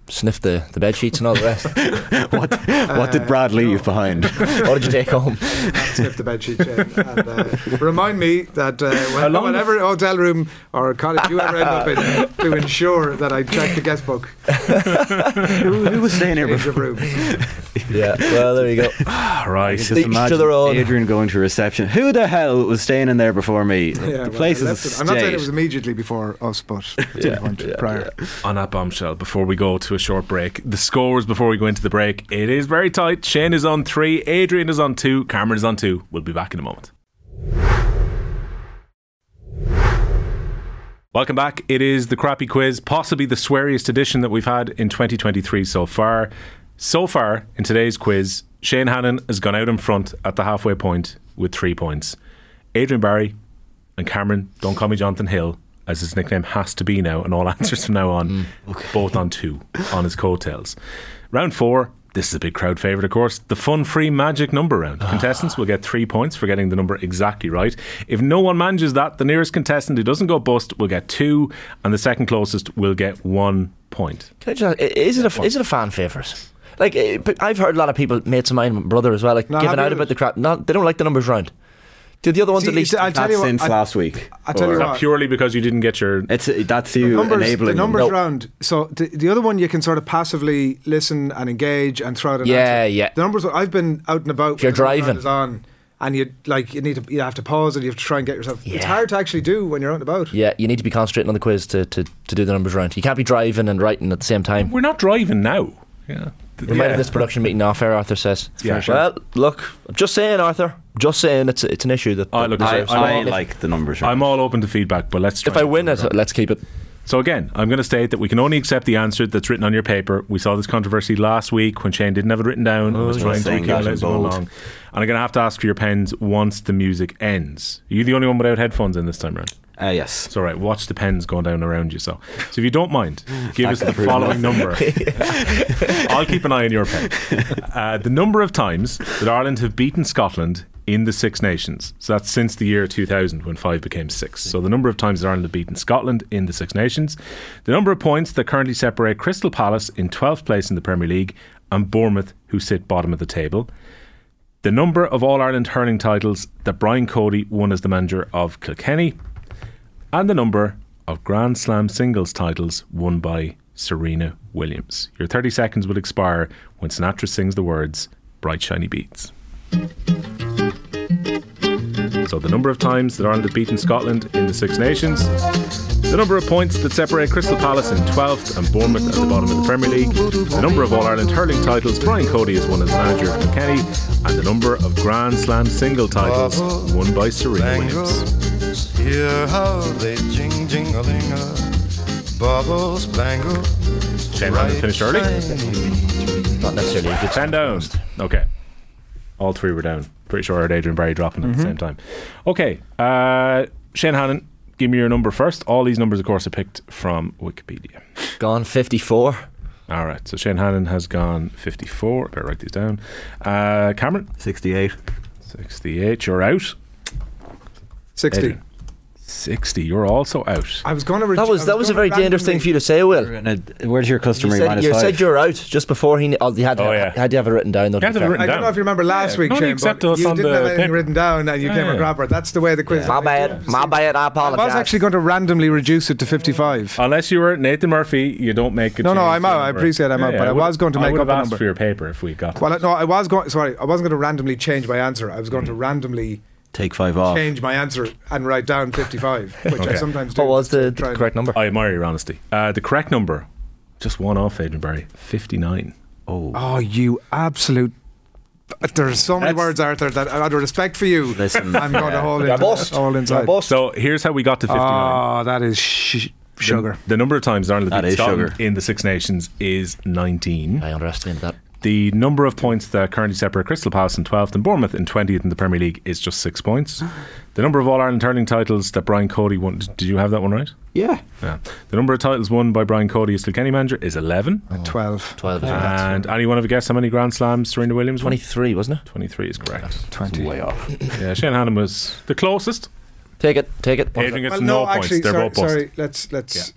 S9: Sniff the, the bed sheets and all the rest.
S6: what what did Brad leave behind?
S9: what did you take home?
S4: Sniff the bedsheet chain. And, uh, remind me that uh, when,
S9: long
S4: whenever hotel room or cottage you ever end up in, to ensure that I check the guest book.
S6: who, who was staying here before?
S9: yeah. Well, there you go.
S8: right.
S6: Just
S9: Each to
S6: imagine
S9: their own.
S6: Adrian going to reception. Who the hell was staying in there before me?
S4: well,
S6: the place
S4: I
S6: is a
S4: left it. I'm not saying it
S6: state.
S4: was immediately before us, but to the point prior.
S8: on that bombshell before we go to a short break. The scores before we go into the break. It is very tight. Shane is on three, Adrian is on two, Cameron is on two. We'll be back in a moment. Welcome back. It is the crappy quiz, possibly the sweariest edition that we've had in 2023 so far. So far, in today's quiz, Shane Hannon has gone out in front at the halfway point with three points. Adrian Barry and Cameron, don't call me Jonathan Hill, as his nickname has to be now, and all answers from now on,
S9: Mm.
S8: both on two, on his coattails. Round four, this is a big crowd favourite, of course, the fun free magic number round.
S9: Ah.
S8: Contestants will get three points for getting the number exactly right. If no one manages that, the nearest contestant who doesn't go bust will get two, and the second closest will get one point.
S9: Can I just ask, i- is it a is it a fan favourite? Like, eh, but I've heard a lot of people, mates of mine, brother as well, like
S4: No,
S9: giving
S4: happy
S9: out
S4: with
S9: about the crap. Not they don't like the numbers round. Do the other ones
S4: See,
S9: at least?
S4: I'll tell you what- I- I tell you
S8: Is that
S4: what.
S8: purely because you didn't get your.
S6: It's that's you
S4: Numbers, the numbers round. So the, the other one you can sort of passively listen and engage and throw out an
S9: Yeah,
S4: answer.
S9: yeah.
S4: The numbers. I've been out and about.
S9: If you're
S4: when the numbers round
S9: driving.
S4: is on, and you like you need to you have to pause and you have to try and get yourself. It's hard to actually do when you're out and about.
S9: Yeah, you need to be concentrating on the quiz to, to, to do the numbers round. You can't be driving and writing at the same time.
S8: We're not driving now. Yeah.
S9: Reminded
S8: Yeah.
S9: this production meeting off air, Arthur says.
S8: Yeah.
S9: Well, look, I'm just saying, Arthur. Just saying, it's it's an issue that.
S8: Oh, I
S9: that
S8: look.
S9: deserves-
S6: the numbers.
S8: I'm all open to feedback, but let's. Try
S9: If I win it, let's keep it.
S8: So again, I'm going to state that we can only accept the answer that's written on your paper. We saw this controversy last week when Shane didn't have it written down and was
S6: Oh,
S8: trying to
S6: saying that in
S8: recalculate it
S6: bold.
S8: along. And I'm going to have to ask for your pens once the music ends. Are you the only one without headphones in this time round?
S6: Uh, yes.
S8: It's all right. Watch the pens going down around you. So, so if you don't mind, give
S6: That
S8: us
S6: could
S8: the
S6: prove
S8: following
S6: nothing.
S8: number. I'll keep an eye on your pen. Uh, the number of times that Ireland have beaten Scotland in the Six Nations. So that's since the year 2000 when five became six. So the number of times that Ireland have beaten Scotland in the Six Nations. The number of points that currently separate Crystal Palace in 12th place in the Premier League and Bournemouth, who sit bottom of the table. The number of All Ireland hurling titles that Brian Cody won as the manager of Kilkenny. And the number of Grand Slam singles titles won by Serena Williams. Your 30 seconds will expire when Sinatra sings the words Bright Shiny Beats. So, the number of times that Ireland have beaten Scotland in the Six Nations, the number of points that separate Crystal Palace in 12th and Bournemouth at the bottom of the Premier League, the number of All Ireland hurling titles Brian Cody has won as manager of Kilkenny, and the number of Grand Slam single titles won by Serena Williams.
S12: Bangles, hear how they jing jingling Bubbles, bangles.
S8: Shane Hannon finished early.
S9: Not necessarily.
S8: Ten down. Okay. All three were down. Pretty sure I heard Adrian Barry dropping at
S9: Mhm.
S8: the same time. Okay. Uh, Shane Hannon, give me your number first. All these numbers, of course, are picked from Wikipedia.
S9: Gone 54.
S8: All right. So Shane Hannon has gone 54. Better write these down. Uh, Cameron?
S6: 68.
S8: 68. You're out.
S4: 60.
S8: Adrian. 60. You're also out.
S4: I was going to.
S9: That was that was a very dangerous thing for you to say, Will.
S6: Where's your customary
S9: You said,
S6: minus
S9: you
S6: five?
S9: said you're out just before he. kn- Oh, he had, had to have it written down. Though, to be fair.
S4: I don't know if you remember last week, Shane, but you didn't have anything written down and you came a
S9: Yeah.
S4: grabber. That's the way the quiz.
S9: My bad. My bad. I
S4: I was
S9: apologise.
S4: actually going to randomly reduce it to
S9: Oh.
S4: 55.
S8: Unless you were Nathan Murphy, you don't make a
S4: No, no,
S8: change
S4: I'm
S8: to
S4: out.
S8: the
S4: I
S8: number.
S4: appreciate I'm out, but I
S8: would've-
S4: was going to make
S8: would've
S4: up a
S8: asked
S4: number.
S8: for your paper if we got
S4: Well, no, I was going. Sorry, I wasn't going to randomly change my answer. I was going to
S9: Mm.
S4: randomly
S6: Take five off.
S4: change my answer and write down 55, which I
S8: Oh. Okay.
S4: sometimes do.
S9: was the
S4: and-
S9: correct number?
S8: I admire your honesty. Uh, the correct number, just one off, Adrian Barry, 59.
S6: Oh.
S4: Oh, you absolute There's so many words, Arthur, that out of respect for you,
S8: Listen,
S4: I'm going
S8: yeah.
S4: to hold
S8: They're
S4: it
S8: bust.
S4: all inside.
S8: So here's how we got to 59.
S4: Oh, that is sh- sugar.
S8: The, the number of times Ireland
S4: That
S8: beat
S4: is
S8: Scotland
S4: sugar.
S8: in the Six Nations is 19. I underestimated that. The number of points that currently separate Crystal Palace in 12th and Bournemouth in 20th in the Premier League is just six points.
S4: Ah.
S8: The number of All Ireland hurling titles that Brian Cody won. Did you have that one right?
S11: Yeah.
S8: Yeah. The number of titles won by Brian Cody as Kilkenny manager is 11.
S4: 12.
S8: 12
S4: is right.
S8: And anyone have a guess how many Grand Slams Serena Williams won?
S9: 23, wasn't
S8: it? 23 is correct.
S4: 20.
S8: Way off. yeah, Shane Hannon was the closest.
S9: Take it, take it.
S8: Adrian gets
S4: Well,
S8: no,
S4: no,
S8: points.
S4: actually,
S8: They're
S4: sorry,
S8: both bust.
S4: sorry. Let's let's.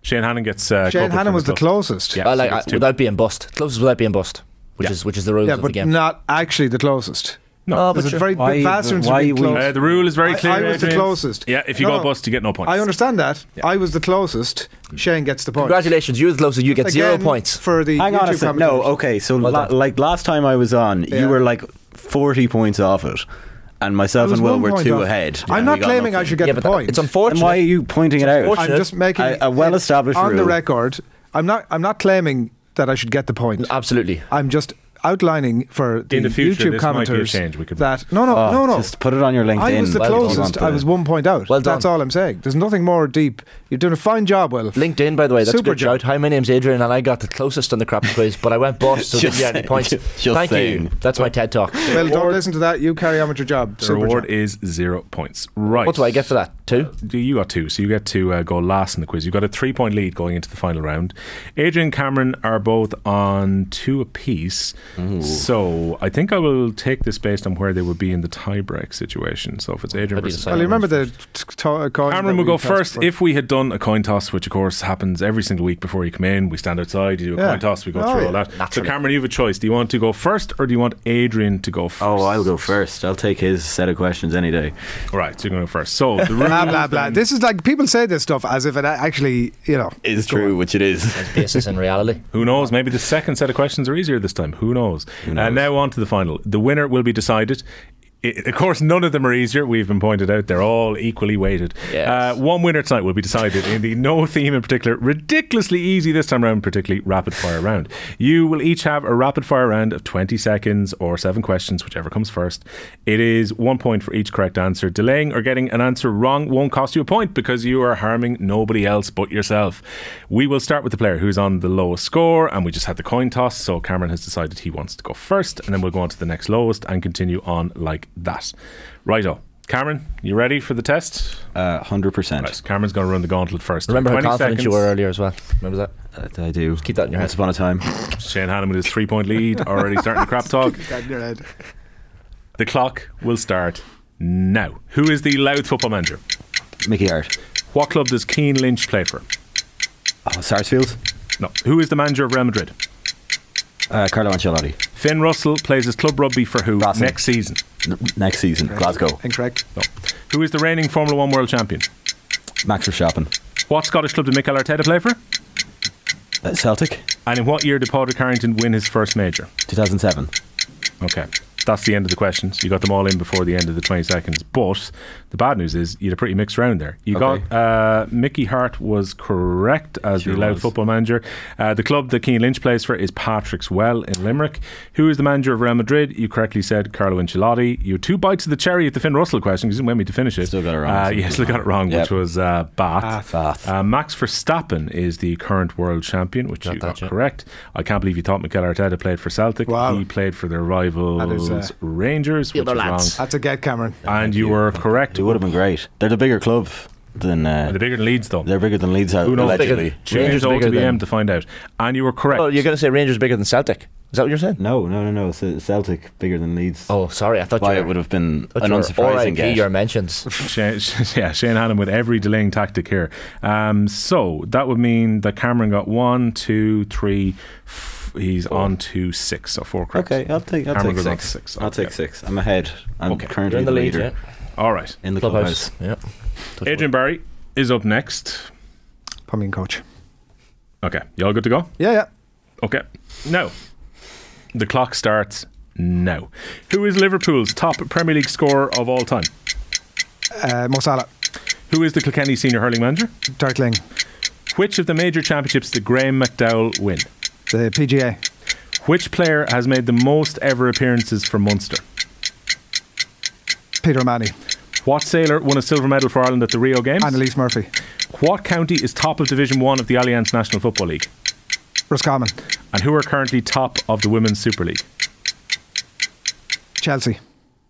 S8: Shane Hannon gets. Uh,
S4: Shane
S8: culprit
S4: Hannon
S8: from
S4: was the
S8: club.
S4: closest.
S8: Yeah,
S9: I
S8: so
S9: like,
S8: that's
S9: I,
S8: two.
S9: without being bust. Closest without being bust, which is which is the rules
S4: Yeah,
S9: of the
S4: but
S9: game.
S4: not actually the closest.
S9: No, but
S4: There's a
S9: sure.
S4: very big
S9: Why-
S4: vast difference
S9: why
S4: between
S9: we-
S4: close-
S8: Uh, the rule is very
S4: I-
S8: clear,
S4: I, was the
S8: Adrian.
S4: closest.
S8: Yeah, if you
S4: No,
S8: go
S4: no.
S8: bust, you get no points. Mm.
S4: I understand that. I was the closest. Shane gets the point.
S9: Congratulations, you're the closest. You
S4: Again, for the
S6: Hang
S4: YouTube
S6: on a sec. No, okay. So la- like last time I was on, you were like forty points off it, and myself and Will were two ahead.
S4: I'm
S6: and
S4: not
S6: we got
S4: claiming I
S6: nothing.
S4: should get the point. It's
S6: Then
S4: unfortunate.
S6: why are you pointing it out?
S4: I'm just making
S6: a, a well-established
S4: it on
S6: rule.
S4: the record. I'm not. I'm not claiming that I should get the point. Absolutely. I'm just outlining for the,
S6: In the future,
S4: YouTube
S6: this might be a
S4: commenters
S6: change we could-
S4: that no, no,
S6: Oh,
S4: no, no.
S6: just put it on your
S4: I was
S6: LinkedIn.
S4: the
S6: Well done.
S4: closest. I was one point out.
S9: Well
S4: That's all I'm saying. There's nothing more deep. You're doing a fine job, Will.
S9: LinkedIn, by the way, that's
S4: Super
S9: a good shout. Hi, my name's Adrian, and I got the closest on the crappy quiz, but I went boss, so didn't
S4: Just
S9: get any
S4: saying,
S9: points.
S4: just
S9: Thank you.
S8: saying.
S9: That's my TED talk.
S4: Well, don't listen to that. You carry on with your job.
S8: The
S4: Super
S8: reward
S4: job.
S8: is zero points. Right. What
S9: do I get for that? Two?
S8: you got two, so you get to uh, go last in the quiz. You've got a three point lead going into the final round. Adrian and Cameron are both on two apiece. So I think I will take this based on where they would be in the tiebreak situation. So if it's Adrian versus
S4: Well, you remember the t- to- coin that
S8: Cameron will
S4: we
S8: go
S4: tossed
S8: first.
S4: before?
S8: If we had done a coin toss, which of course happens every single week before you come in, we stand outside, you do a
S4: Yeah.
S8: coin toss, we go
S4: Oh,
S8: through all
S4: yeah.
S8: that. So, Cameron, you have a choice. Do you want to go first or do you want Adrian to go first?
S6: Oh, I'll go first. I'll take his set of questions any day.
S8: Right, so you're going to go first. So the
S4: blah blah blah. This is like people say this stuff as if it actually, you know,
S6: is true, which it is.
S9: basis in reality.
S8: Who knows? Maybe the second set of questions are easier this time. Who knows? And now on to the final. The winner will be decided. I of course, none of them are easier. We've been pointed out they're all equally weighted. Uh, one winner tonight will be decided in the no theme in particular, ridiculously easy this time round, particularly rapid fire round. You will each have a rapid fire round of 20 seconds or seven questions, whichever comes first. It is one point for each correct answer. Delaying or getting an answer wrong won't cost you a point because you are harming nobody else but yourself. We will start with the player who's on the lowest score, and we just had the coin toss, so Cameron has decided he wants to go first, and then we'll go on to the next lowest and continue on like that. Righto. Cameron, you ready for the test?
S6: Uh, 100%.
S8: Right, so Cameron's going to run the gauntlet first.
S9: Remember how
S8: 20
S9: confident you
S8: seconds.
S9: were earlier as well. Remember
S6: that? I do.
S9: keep that in your head.
S6: Once upon a time.
S8: Shane Hannon with his three point lead, already starting the crap talk.
S4: Got in your head.
S8: The clock will start now. Who is the Louth football manager?
S6: Mickey Hart.
S8: What club does Keane Lynch play for?
S6: Oh, Sarsfield?
S8: No. Who is the manager of Real Madrid?
S6: Uh, Carlo Ancelotti.
S8: Finn Russell plays his club rugby for who next season?
S6: Next season, Glasgow.
S4: Incorrect.
S8: No. Who is the reigning Formula One world champion?
S6: Max Verstappen.
S8: What Scottish club did Mikel Arteta play for?
S6: Uh, Celtic?
S8: And in what year did Padraig Carrington win his first major?
S6: 2007.
S8: Okay. That's the end of the questions. You got them all in before the end of the 20 seconds. But the bad news is you had a pretty mixed round there. You got uh, Mickey Hart was correct as the Loud football manager. Uh, the club that Keane Lynch plays for is Patrick's Well in Limerick. Who is the manager of Real Madrid? You correctly said Carlo Ancelotti. You had two bites of the cherry at the Finn Russell question 'cause you didn't want me to finish it. Still got it
S6: wrong.
S8: Uh, yeah, still got it wrong,
S6: Yep.
S8: which was uh, Bath.
S6: Ah,
S8: Uh, Max Verstappen is the current world champion, which you got correct. I can't believe you thought Mikel Arteta played for Celtic. He played for their rival
S4: That is, uh,
S8: Wolves, Rangers, which is wrong.
S4: That's a get, Cameron.
S8: And you were correct.
S6: It would have been great. They're the bigger club than. Uh,
S8: they're bigger than Leeds, though.
S6: They're bigger than Leeds,
S8: Who knows?
S6: allegedly.
S8: Tune into OTBM to find out. And you were correct.
S9: Well, you're going to say Rangers bigger than Celtic. Is that what you're saying?
S6: No, no, no, no. Ce- Celtic bigger than Leeds.
S9: Oh, sorry. I thought
S6: Why
S9: you
S6: it would have been
S9: thought
S6: an
S9: you were
S6: unsurprising
S9: RIP
S6: guess.
S9: your mentions.
S8: Shane, yeah, Shane Hannon with every delaying tactic here. Um, so that would mean that Cameron got one, two, three. F- he's on to six, so four correct.
S6: Okay, I'll take, I'll
S8: Cameron
S6: take
S8: goes on
S6: six.
S8: to six.
S6: I'll take six. I'm ahead. I'm currently
S8: You're in the lead,
S6: leader.
S8: All right.
S6: In the clubhouse.
S9: Clubhouse. Yeah.
S8: Adrian Barry is up next.
S4: Plumbing coach.
S8: Okay, y'all good to go?
S4: Yeah, yeah.
S8: Okay. Now, the clock starts now. Who is Liverpool's top Premier League scorer of all time?
S4: Uh, Mo Salah,
S8: Who is the Kilkenny senior hurling manager?
S4: Darkling,
S8: Which of the major championships did Graham McDowell win?
S4: the PGA,
S8: Which player has made the most ever appearances for Munster?
S4: Peter O'Mahony.
S8: What sailor won a silver medal for Ireland at the Rio Games?
S4: Annalise Murphy.
S8: What county is top of Division 1 of the Alliance National Football League?
S4: Roscommon.
S8: And who are currently top of the Women's Super League?
S4: Chelsea.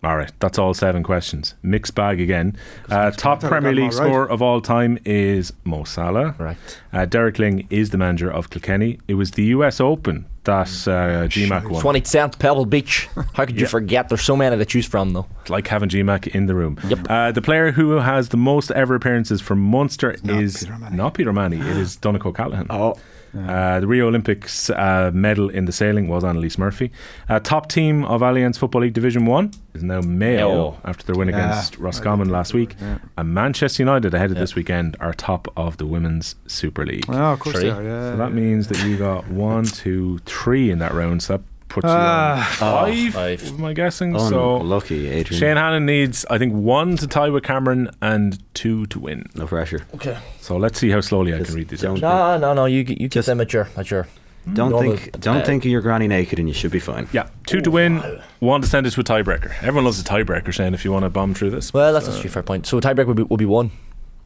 S8: All right, that's all seven questions. Mixed bag again. Uh, top
S4: bag.
S8: Premier
S4: Got 'em
S8: League
S4: all right.
S8: scorer of all time is Mo Salah. Right. Uh, Derek Ling is the manager of Kilkenny. It was the US Open that uh, GMAC won.
S9: 27th Pebble Beach. How could you
S8: Yeah.
S9: forget? There's so many to choose from, though.
S8: It's like having GMAC in the room. Yep. Uh, the player who has the most ever appearances for Munster is not Peter Manny. It is Donegal O'Callaghan. Oh. Uh, the Rio Olympics uh, medal in the sailing was Annalise Murphy. Uh, top team of Alliance Football League Division 1 is now Mayo
S6: Mayo.
S8: after their win
S6: Yeah.
S8: against Roscommon last week. And Manchester United, ahead of this weekend, are top of the Women's Super League.
S4: Oh, of course
S8: Three.
S4: they are, yeah,
S8: so that means that you got one, two, three in that round. So that puts
S4: Ah.
S8: you on
S4: Oh,
S8: five, Oh, am I guessing? so
S11: Unlucky, Adrian.
S8: Shane Hannon needs, I think, one to tie with Cameron and two to win.
S11: No pressure.
S9: Okay.
S8: So let's see how slowly I can read these. out.
S9: No, no, no. You, you get them at your, at your
S8: Mm,
S11: Don't
S9: normal,
S11: think don't
S9: uh,
S11: think of your granny naked and you should be fine.
S8: Yeah, two to win, one to send us to a tiebreaker. Everyone loves a tiebreaker, Shane, if you want to bomb through this.
S9: Well, that's actually a fair point. So a tiebreaker would be, would be one.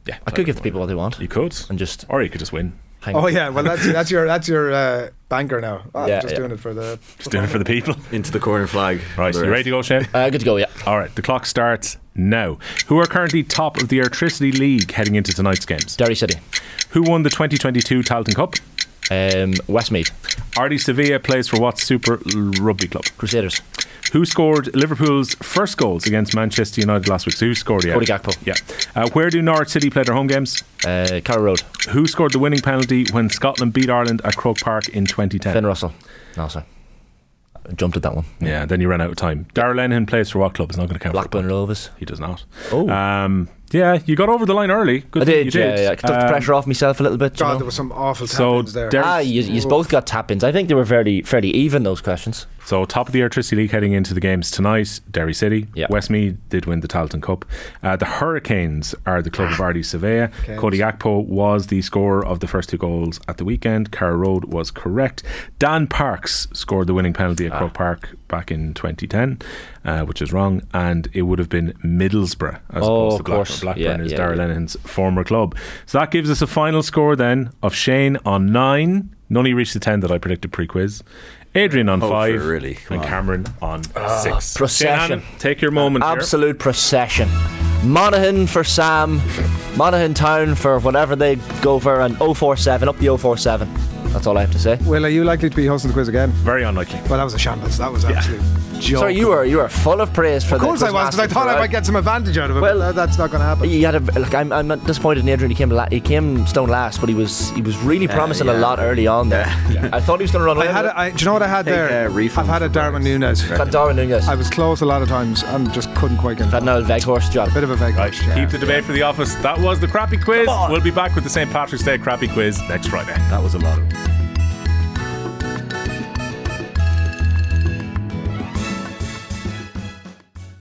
S8: Yeah,
S9: I could give the people what they want.
S8: You could,
S9: and just
S8: or you could just win.
S9: Hang
S4: Oh
S9: on.
S4: yeah, well that's that's your that's your uh, banker now. Oh,
S8: Yeah,
S4: I'm just
S8: yeah.
S4: doing it for the
S8: Just doing it for the people.
S11: Into the corner flag.
S8: Right, you ready to go, Shane?
S9: Uh, good to go, yeah.
S8: All right, the clock starts now. Who are currently top of the Electricity League heading into tonight's games?
S9: Derry City.
S8: Who won the 2022 Talton Cup?
S9: Um, Westmead.
S8: Artie Sevilla plays for what Super Rugby Club?
S9: Crusaders.
S8: Who scored Liverpool's first goals against Manchester United last week? So who scored? Yeah,
S9: Cody Gakpo.
S8: Yeah. Uh, where do Norwich City play their home games?
S9: Uh, Carrow Road.
S8: Who scored the winning penalty when Scotland beat Ireland at Croke Park in 2010?
S9: Finn Russell. No, sorry. I jumped at that one.
S8: Yeah, then you ran out of time. Darrell Lenihan plays for what club? It's not going to count.
S9: Blackburn Rovers.
S8: He does not. Oh.
S4: Uh,
S8: Um, yeah, you got over the line early. Good
S9: I
S8: thing
S9: did,
S8: You
S9: yeah,
S8: did.
S9: yeah. I took the
S8: Um,
S9: pressure off myself a little bit. you
S4: God,
S9: know.
S4: there was some awful
S8: So
S4: tap-ins there.
S8: Derry-
S9: Ah, you, you both got tap-ins. I think they were fairly, fairly even, those questions.
S8: So top of the electricity league heading into the games tonight. Derry City, Westmead did win the Talton Cup. Uh, the Hurricanes are the club of
S9: Ah.
S8: Artie Sevilla.
S6: Canes.
S8: Cody Akpo was the scorer of the first two goals at the weekend. Carrow Road was correct. Dan Parks scored the winning penalty
S9: Ah.
S8: at Croke Park back in 2010, uh, which is wrong, and it would have been Middlesbrough as
S9: Oh,
S8: opposed
S9: of
S8: to Blackburn.
S9: course.
S8: Blackburn
S9: Yeah,
S8: is
S9: yeah,
S8: Darrell
S9: yeah.
S8: Lenihan's former club. So that gives us a final score then of Shane on nine. None of you reached the ten that I predicted pre-quiz. Adrian on
S6: Oh, for
S8: five,
S6: really? Come
S8: and
S6: on.
S8: Cameron on
S9: Ah,
S8: six.
S9: procession.
S8: Shane Hannan, take your moment. here.
S9: Absolute procession. Monaghan for Sam, Monaghan Town for whatever they go for, and 047 up the 047. That's all I have to say.
S4: Will, are you likely to be hosting the quiz again?
S8: Very unlikely.
S4: Well, that was a shambles. That was absolute joke.
S9: Sorry, you were you were full of praise for
S4: Of
S9: the
S4: course I was, because I
S9: Quizmaster
S4: thought I
S9: throughout.
S4: might get some advantage out of it. Well, but that's not going to happen.
S9: He had a like. I'm, I'm not disappointed in Adrian. He came la- he came stone last, but he was he was really
S4: Yeah,
S9: promising
S4: yeah.
S9: a lot early on there. I thought he was going to run away.
S4: I had.
S9: with
S4: A, I, do you know what I had
S9: Take,
S4: there? I've had a Darwin Nunes.
S9: Had Darwin Nunes.
S4: I was close a lot of times and just couldn't quite get. Had
S9: no Veghorst job. A
S4: bit of a Veghorst. job.
S8: Keep the debate for the office. That was the crappy quiz. We'll be back with the St. Patrick's Day crappy quiz next Friday. That
S11: was a lot of.